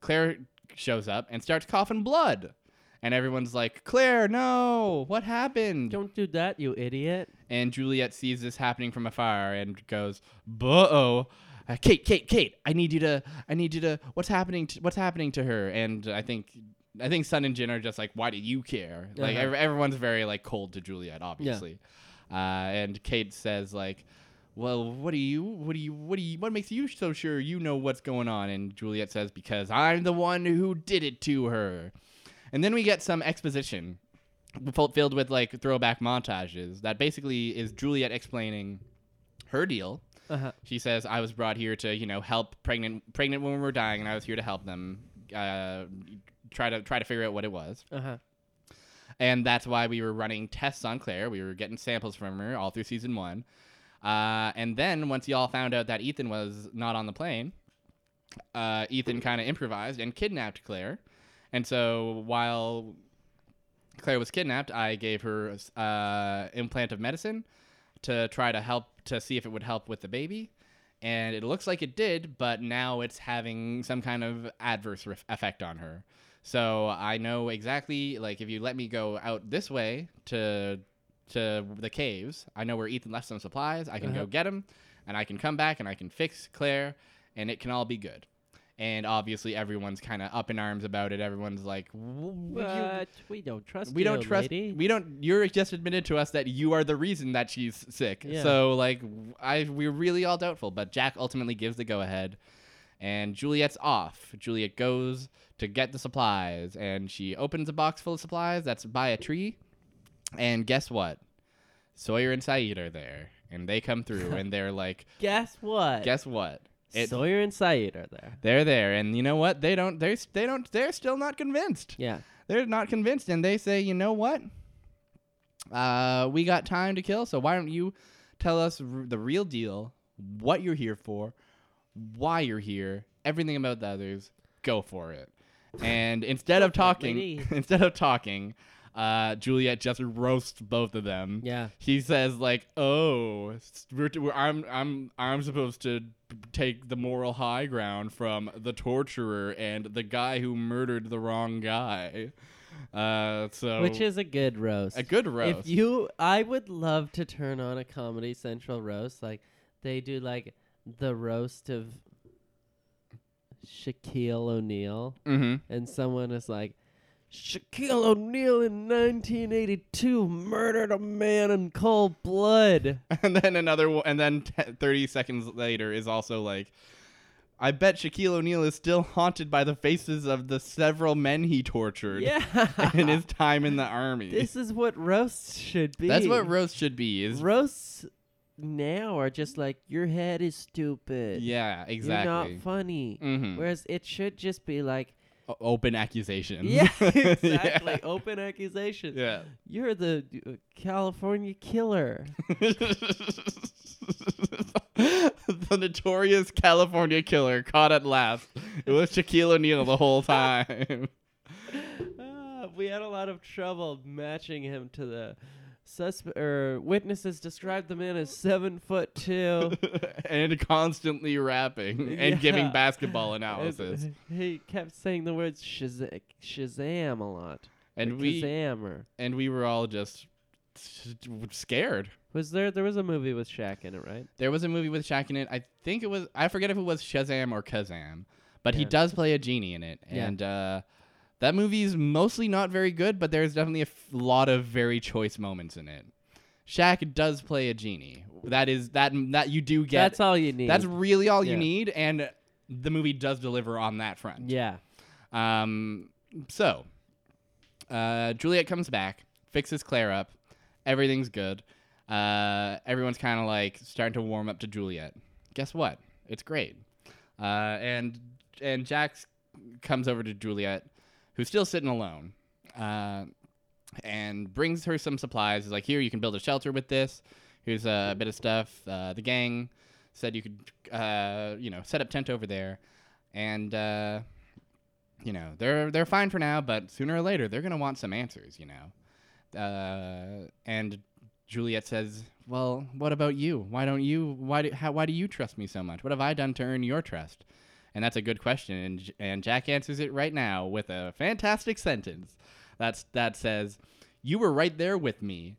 [SPEAKER 1] Claire shows up and starts coughing blood. And everyone's like, Claire, no, what happened?
[SPEAKER 2] Don't do that, you idiot.
[SPEAKER 1] And Juliet sees this happening from afar and goes, "Buh-oh, uh, Kate, Kate, Kate! I need you to, I need you to. What's happening? To, what's happening to her?" And I think, I think Sun and Jin are just like, "Why do you care?" Like
[SPEAKER 2] Uh-huh.
[SPEAKER 1] ev- everyone's very like cold to Juliet, obviously. Uh, and Kate says like. Well, what do you, what do you, what do you, what makes you so sure you know what's going on? And Juliet says, because I'm the one who did it to her. And then we get some exposition full- filled with like throwback montages that basically is Juliet explaining her deal.
[SPEAKER 2] Uh-huh.
[SPEAKER 1] She says, "I was brought here to, you know, help pregnant pregnant women were dying, and I was here to help them uh, try to try to figure out what it was."
[SPEAKER 2] Uh-huh.
[SPEAKER 1] and that's why we were running tests on Claire. We were getting samples from her all through season one. Uh, and then once y'all found out that Ethan was not on the plane, uh, Ethan kind of improvised and kidnapped Claire. And so while Claire was kidnapped, I gave her uh, implant of medicine to try to help to see if it would help with the baby. And it looks like it did, but now it's having some kind of adverse ref- effect on her. So I know exactly like if you let me go out this way to to the caves, I know where Ethan left some supplies. I can
[SPEAKER 2] Uh-huh.
[SPEAKER 1] go get them, and I can come back and I can fix Claire, and it can all be good. And obviously, everyone's kind of up in arms about it. Everyone's like, "W- you-
[SPEAKER 2] But we don't trust
[SPEAKER 1] we
[SPEAKER 2] you,
[SPEAKER 1] don't trust
[SPEAKER 2] lady.
[SPEAKER 1] we don't you're just admitted to us that you are the reason that she's sick
[SPEAKER 2] Yeah.
[SPEAKER 1] so like i we're really all doubtful but jack ultimately gives the go ahead and juliet's off juliet goes to get the supplies and she opens a box full of supplies that's by a tree and guess what sawyer and saeed are there and they come through and they're like
[SPEAKER 2] Guess what?
[SPEAKER 1] guess what It-
[SPEAKER 2] Sawyer and Saeed are there.
[SPEAKER 1] they're there and you know what they don't they're s- they don't they're still not convinced
[SPEAKER 2] Yeah.
[SPEAKER 1] they're not convinced and they say you know what uh, we got time to kill so why don't you tell us r- the real deal what you're here for why you're here everything about the others go for it and instead of talking
[SPEAKER 2] lady.
[SPEAKER 1] instead of talking uh, juliet just roasts both of them
[SPEAKER 2] Yeah.
[SPEAKER 1] he says like oh s- we're, t- we're, i'm i'm i'm supposed to p- take the moral high ground from the torturer and the guy who murdered the wrong guy uh so
[SPEAKER 2] Which is a good roast.
[SPEAKER 1] a good roast
[SPEAKER 2] If you, I would love to turn on a Comedy Central roast. Like they do, like the roast of Shaquille O'Neal,
[SPEAKER 1] mm-hmm.
[SPEAKER 2] and someone is like, Shaquille O'Neal in 1982 murdered a man in cold blood.
[SPEAKER 1] and then another one and then t- 30 seconds later is also like I bet Shaquille O'Neal is still haunted by the faces of the several men he tortured in
[SPEAKER 2] yeah,
[SPEAKER 1] his time in the army.
[SPEAKER 2] this is what roasts should be.
[SPEAKER 1] That's what roast should be. Is
[SPEAKER 2] roasts now are just like your head is stupid.
[SPEAKER 1] yeah, exactly.
[SPEAKER 2] You're not funny.
[SPEAKER 1] Mhm.
[SPEAKER 2] Whereas it should just be like,
[SPEAKER 1] O- open accusations.
[SPEAKER 2] yeah, exactly,
[SPEAKER 1] Oh,
[SPEAKER 2] open accusation.
[SPEAKER 1] Yeah.
[SPEAKER 2] You're the uh, California killer.
[SPEAKER 1] the notorious California killer caught at last. It was Shaquille O'Neal the whole time.
[SPEAKER 2] Ah, we had a lot of trouble matching him to the suspect. Or witnesses described the man as seven foot two.
[SPEAKER 1] and constantly rapping and
[SPEAKER 2] Yeah.
[SPEAKER 1] giving basketball
[SPEAKER 2] And
[SPEAKER 1] analysis.
[SPEAKER 2] He kept saying the words Shazam, Shazam a lot.
[SPEAKER 1] And
[SPEAKER 2] Or
[SPEAKER 1] we
[SPEAKER 2] Kazammer.
[SPEAKER 1] and we were all just s- scared.
[SPEAKER 2] Was there? There was a movie with Shaq in it, right?
[SPEAKER 1] There was a movie with Shaq in it. I think it was I forget if it was Shazam or Kazam, but he
[SPEAKER 2] Yeah.
[SPEAKER 1] does play a genie in it.
[SPEAKER 2] Yeah.
[SPEAKER 1] And uh, that movie's mostly not very good, but there's definitely a f- lot of very choice moments in it. Shaq does play a genie. That is that that you do get.
[SPEAKER 2] That's all you need.
[SPEAKER 1] that's really all
[SPEAKER 2] Yeah.
[SPEAKER 1] you need, and the movie does deliver on that front.
[SPEAKER 2] yeah.
[SPEAKER 1] Um, so, uh, Juliet comes back, fixes Claire up. Everything's good. Uh, everyone's kind of like starting to warm up to Juliet. Guess what? It's great. Uh, and and Jax comes over to Juliet, who's still sitting alone, uh, and brings her some supplies. Is like, here you can build a shelter with this. Here's a bit of stuff. Uh, the gang said you could, uh, you know, set up tent over there, and. Uh, you know they're they're fine for now, but sooner or later they're gonna want some answers, you know. Uh, and Juliet says, "Well, what about you? Why don't you? Why do how, why do you trust me so much? What have I done to earn your trust?" And that's a good question, and J- and Jack answers it right now with a fantastic sentence. That's that says, "You were right there with me.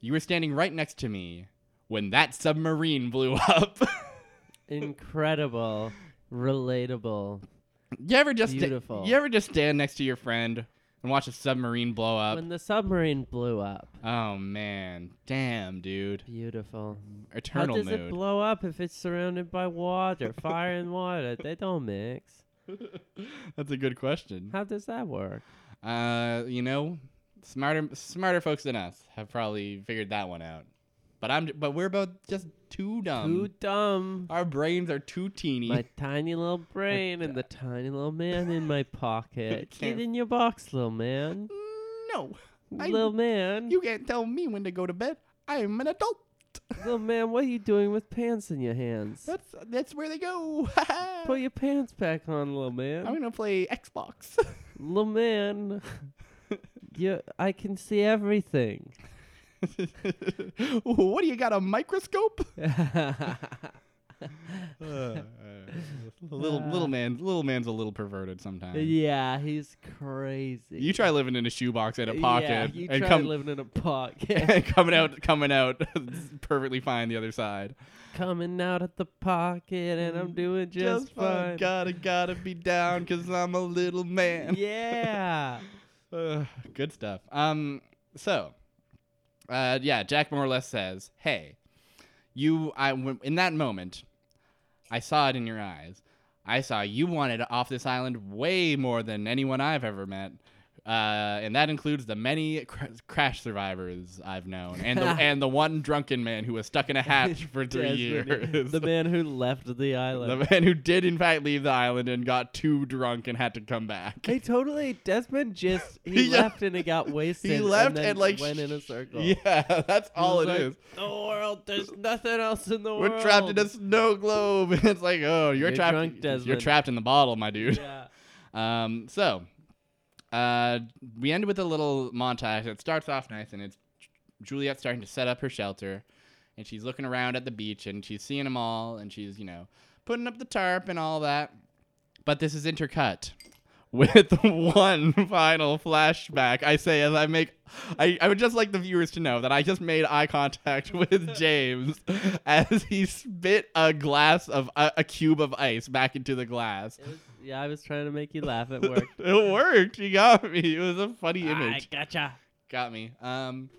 [SPEAKER 1] You were standing right next to me when that submarine blew up."
[SPEAKER 2] Incredible, relatable.
[SPEAKER 1] you ever just
[SPEAKER 2] Beautiful.
[SPEAKER 1] you ever just stand next to your friend and watch a submarine blow up?
[SPEAKER 2] When the submarine blew up.
[SPEAKER 1] Oh man, damn, dude,
[SPEAKER 2] Beautiful.
[SPEAKER 1] eternal
[SPEAKER 2] How does
[SPEAKER 1] mood.
[SPEAKER 2] it blow up if it's surrounded by water? Fire and water, they don't mix.
[SPEAKER 1] That's a good question.
[SPEAKER 2] How does that work?
[SPEAKER 1] Uh, you know, smarter smarter folks than us have probably figured that one out. But I'm, but we're both just too dumb.
[SPEAKER 2] Too dumb.
[SPEAKER 1] Our brains are too teeny.
[SPEAKER 2] My tiny little brain and the tiny little man in my pocket. Get
[SPEAKER 1] can't-
[SPEAKER 2] in your box, little man.
[SPEAKER 1] no, I-
[SPEAKER 2] little man.
[SPEAKER 1] you can't tell me when to go to bed. I'm an adult.
[SPEAKER 2] little man, what are you doing with pants in your hands?
[SPEAKER 1] That's that's where they go.
[SPEAKER 2] Put your pants back on, little man.
[SPEAKER 1] I'm gonna play Xbox.
[SPEAKER 2] little man. you, I can see everything.
[SPEAKER 1] what do you got a microscope? Um, Uh, little
[SPEAKER 2] Uh.
[SPEAKER 1] little man, little man's a little perverted sometimes.
[SPEAKER 2] yeah, he's crazy.
[SPEAKER 1] You try living in a shoebox in a
[SPEAKER 2] Yeah,
[SPEAKER 1] pocket
[SPEAKER 2] you
[SPEAKER 1] and
[SPEAKER 2] try
[SPEAKER 1] come
[SPEAKER 2] living in a pocket.
[SPEAKER 1] and coming out coming out perfectly fine the other side.
[SPEAKER 2] Coming out at the pocket, and I'm doing just, fine.
[SPEAKER 1] Gotta gotta be down because I'm a little man.
[SPEAKER 2] Yeah.
[SPEAKER 1] Ugh, good stuff. Um, so, uh, yeah, Jack more or less says, "Hey, you, I w- in that moment, I saw it in your eyes. I saw you wanted off this island way more than anyone I've ever met." Uh, and that includes the many cr- crash survivors I've known, and the, and the one drunken man who was stuck in a hatch for three
[SPEAKER 2] Desperate-
[SPEAKER 1] years.
[SPEAKER 2] The man who left the
[SPEAKER 1] The
[SPEAKER 2] island.
[SPEAKER 1] man who did in fact leave the island and got too drunk and had to come back.
[SPEAKER 2] They totally Desmond just he
[SPEAKER 1] Yeah.
[SPEAKER 2] left and he got wasted.
[SPEAKER 1] He left and,
[SPEAKER 2] then
[SPEAKER 1] like
[SPEAKER 2] went in a
[SPEAKER 1] sh-
[SPEAKER 2] circle.
[SPEAKER 1] Yeah, that's
[SPEAKER 2] He
[SPEAKER 1] all
[SPEAKER 2] was
[SPEAKER 1] it is.
[SPEAKER 2] like, The world, there's nothing else in the world.
[SPEAKER 1] We're trapped in a snow globe. it's like, oh, you're,
[SPEAKER 2] You're
[SPEAKER 1] trapped.
[SPEAKER 2] drunk,
[SPEAKER 1] you're
[SPEAKER 2] Desmond.
[SPEAKER 1] trapped in the bottle, my dude.
[SPEAKER 2] Yeah.
[SPEAKER 1] Um, so uh, we end with a little montage that starts off nice, and it's Juliet starting to set up her shelter, and she's looking around at the beach, and she's seeing them all, and she's you know putting up the tarp and all that. But this is intercut with one final flashback. I say as I make, I, I would just like the viewers to know that I just made eye contact with James as he spit a glass of a, a cube of ice back into the glass.
[SPEAKER 2] It was, yeah, I was trying to make you laugh. It worked.
[SPEAKER 1] It worked. You got me. It was a funny image.
[SPEAKER 2] I gotcha.
[SPEAKER 1] Got me. Um,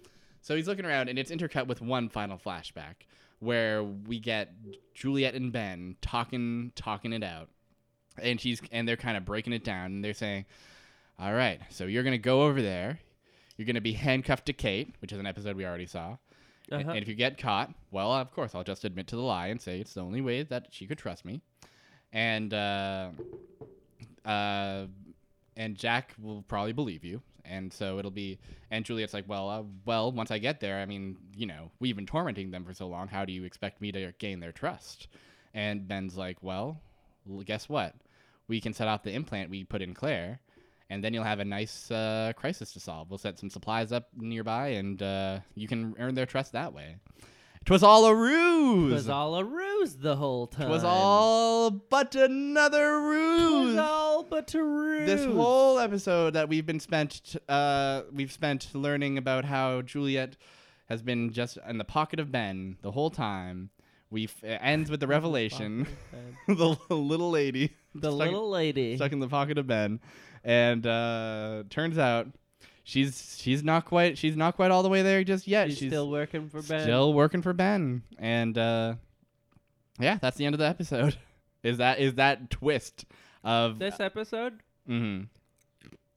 [SPEAKER 1] so he's looking around, and it's intercut with one final flashback where we get Juliet and Ben talking, talking it out, and she's and they're kind of breaking it down, and they're saying, "All right, so you're gonna go over there. You're gonna be handcuffed to Kate, which is an episode we already saw. A-
[SPEAKER 2] Uh-huh.
[SPEAKER 1] And if you get caught, well, of course, I'll just admit to the lie and say it's the only way that she could trust me. And uh, uh, and Jack will probably believe you, and so it'll be. And Juliet's like, well, uh, well, once I get there, I mean, you know, we've been tormenting them for so long. How do you expect me to gain their trust? And Ben's like, well, l- guess what? We can set off the implant we put in Claire, and then you'll have a nice uh, crisis to solve. We'll set some supplies up nearby, and uh, you can earn their trust that way. 'Twas all a ruse.
[SPEAKER 2] It was all a ruse the whole time.
[SPEAKER 1] Was all but another
[SPEAKER 2] Twas
[SPEAKER 1] ruse.
[SPEAKER 2] all but a ruse.
[SPEAKER 1] This whole episode that we've been spent, uh, we've spent learning about how Juliet has been just in the pocket of Ben the whole time. We f- it ends with the revelation, the little lady,
[SPEAKER 2] the
[SPEAKER 1] stuck-
[SPEAKER 2] little lady.
[SPEAKER 1] stuck in the pocket of Ben, and uh, turns out she's she's not quite she's not quite all the way there just yet.
[SPEAKER 2] She's, still working for Ben.
[SPEAKER 1] Still working for Ben. And uh, yeah, that's the end of the episode. Is that is that twist of
[SPEAKER 2] this episode,
[SPEAKER 1] Mhm.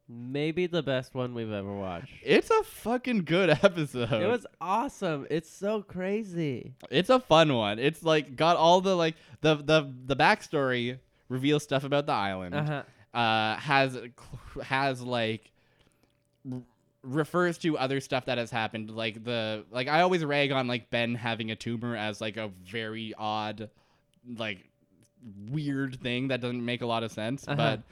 [SPEAKER 2] maybe the best one we've ever watched.
[SPEAKER 1] It's a fucking good episode.
[SPEAKER 2] It was awesome. It's so crazy.
[SPEAKER 1] It's a fun one. It's like got all the like the the the backstory reveals stuff about the island.
[SPEAKER 2] Uh-huh.
[SPEAKER 1] uh, has has like r- refers to other stuff that has happened like the like i always rag on like ben having a tumor as like a very odd like weird thing that doesn't make a lot of sense
[SPEAKER 2] Uh-huh.
[SPEAKER 1] but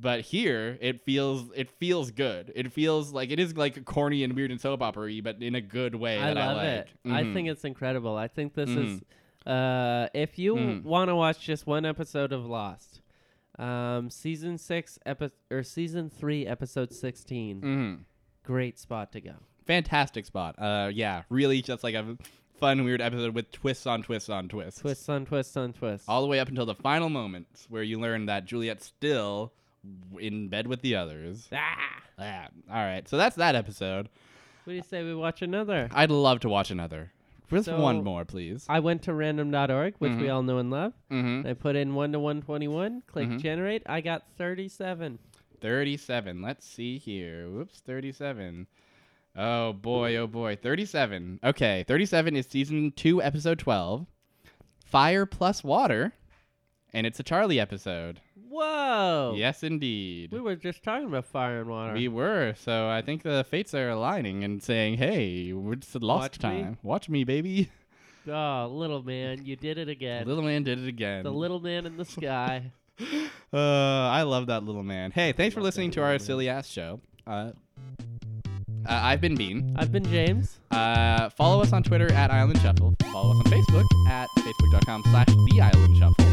[SPEAKER 1] but here it feels it feels good it feels like it is like corny and weird and soap opera but in a good way
[SPEAKER 2] I
[SPEAKER 1] that
[SPEAKER 2] love
[SPEAKER 1] i like Mm-hmm.
[SPEAKER 2] it. I
[SPEAKER 1] Mhm.
[SPEAKER 2] think it's incredible. I think this is uh if you
[SPEAKER 1] Mm.
[SPEAKER 2] want to watch just one episode of Lost, um season 6 epi- or season 3 episode 16.
[SPEAKER 1] Mhm.
[SPEAKER 2] Great spot to go.
[SPEAKER 1] fantastic spot uh yeah really just like a fun weird episode with twists on twists on twists
[SPEAKER 2] Twists on twists on twists.
[SPEAKER 1] all the way up until the final moments where you learn that Juliet's still in bed with the others.
[SPEAKER 2] ah!
[SPEAKER 1] Ah, all right, so that's that episode.
[SPEAKER 2] What do you say we watch another?
[SPEAKER 1] I'd love to watch another. Just
[SPEAKER 2] So-
[SPEAKER 1] one more, please.
[SPEAKER 2] I went to random.org, which we
[SPEAKER 1] Mhm.
[SPEAKER 2] all know and love.
[SPEAKER 1] Mm-hmm.
[SPEAKER 2] I put in 1 to 121, click
[SPEAKER 1] Mhm.
[SPEAKER 2] generate. I got 37.
[SPEAKER 1] 37. Let's see here. Whoops, 37. Oh boy, oh boy. 37. Okay, 37 is season 2, episode 12. Fire plus water. And it's a Charlie episode.
[SPEAKER 2] Whoa.
[SPEAKER 1] Yes, indeed.
[SPEAKER 2] We were just talking about fire and water.
[SPEAKER 1] We were. So I think the fates are aligning and saying, "Hey, we're just lost
[SPEAKER 2] Watch me.
[SPEAKER 1] time. Watch me, baby."
[SPEAKER 2] oh, little man, you did it again.
[SPEAKER 1] little man did it again.
[SPEAKER 2] the little man in the sky.
[SPEAKER 1] uh, I love that little man. Hey, thanks for
[SPEAKER 2] Love that
[SPEAKER 1] listening to
[SPEAKER 2] little
[SPEAKER 1] our
[SPEAKER 2] man.
[SPEAKER 1] silly ass show. Uh, uh, I've been Bean.
[SPEAKER 2] I've been James.
[SPEAKER 1] Uh, follow us on Twitter at Island Shuffle. Uh, Follow us on Facebook at facebook.com slash the Island Shuffle.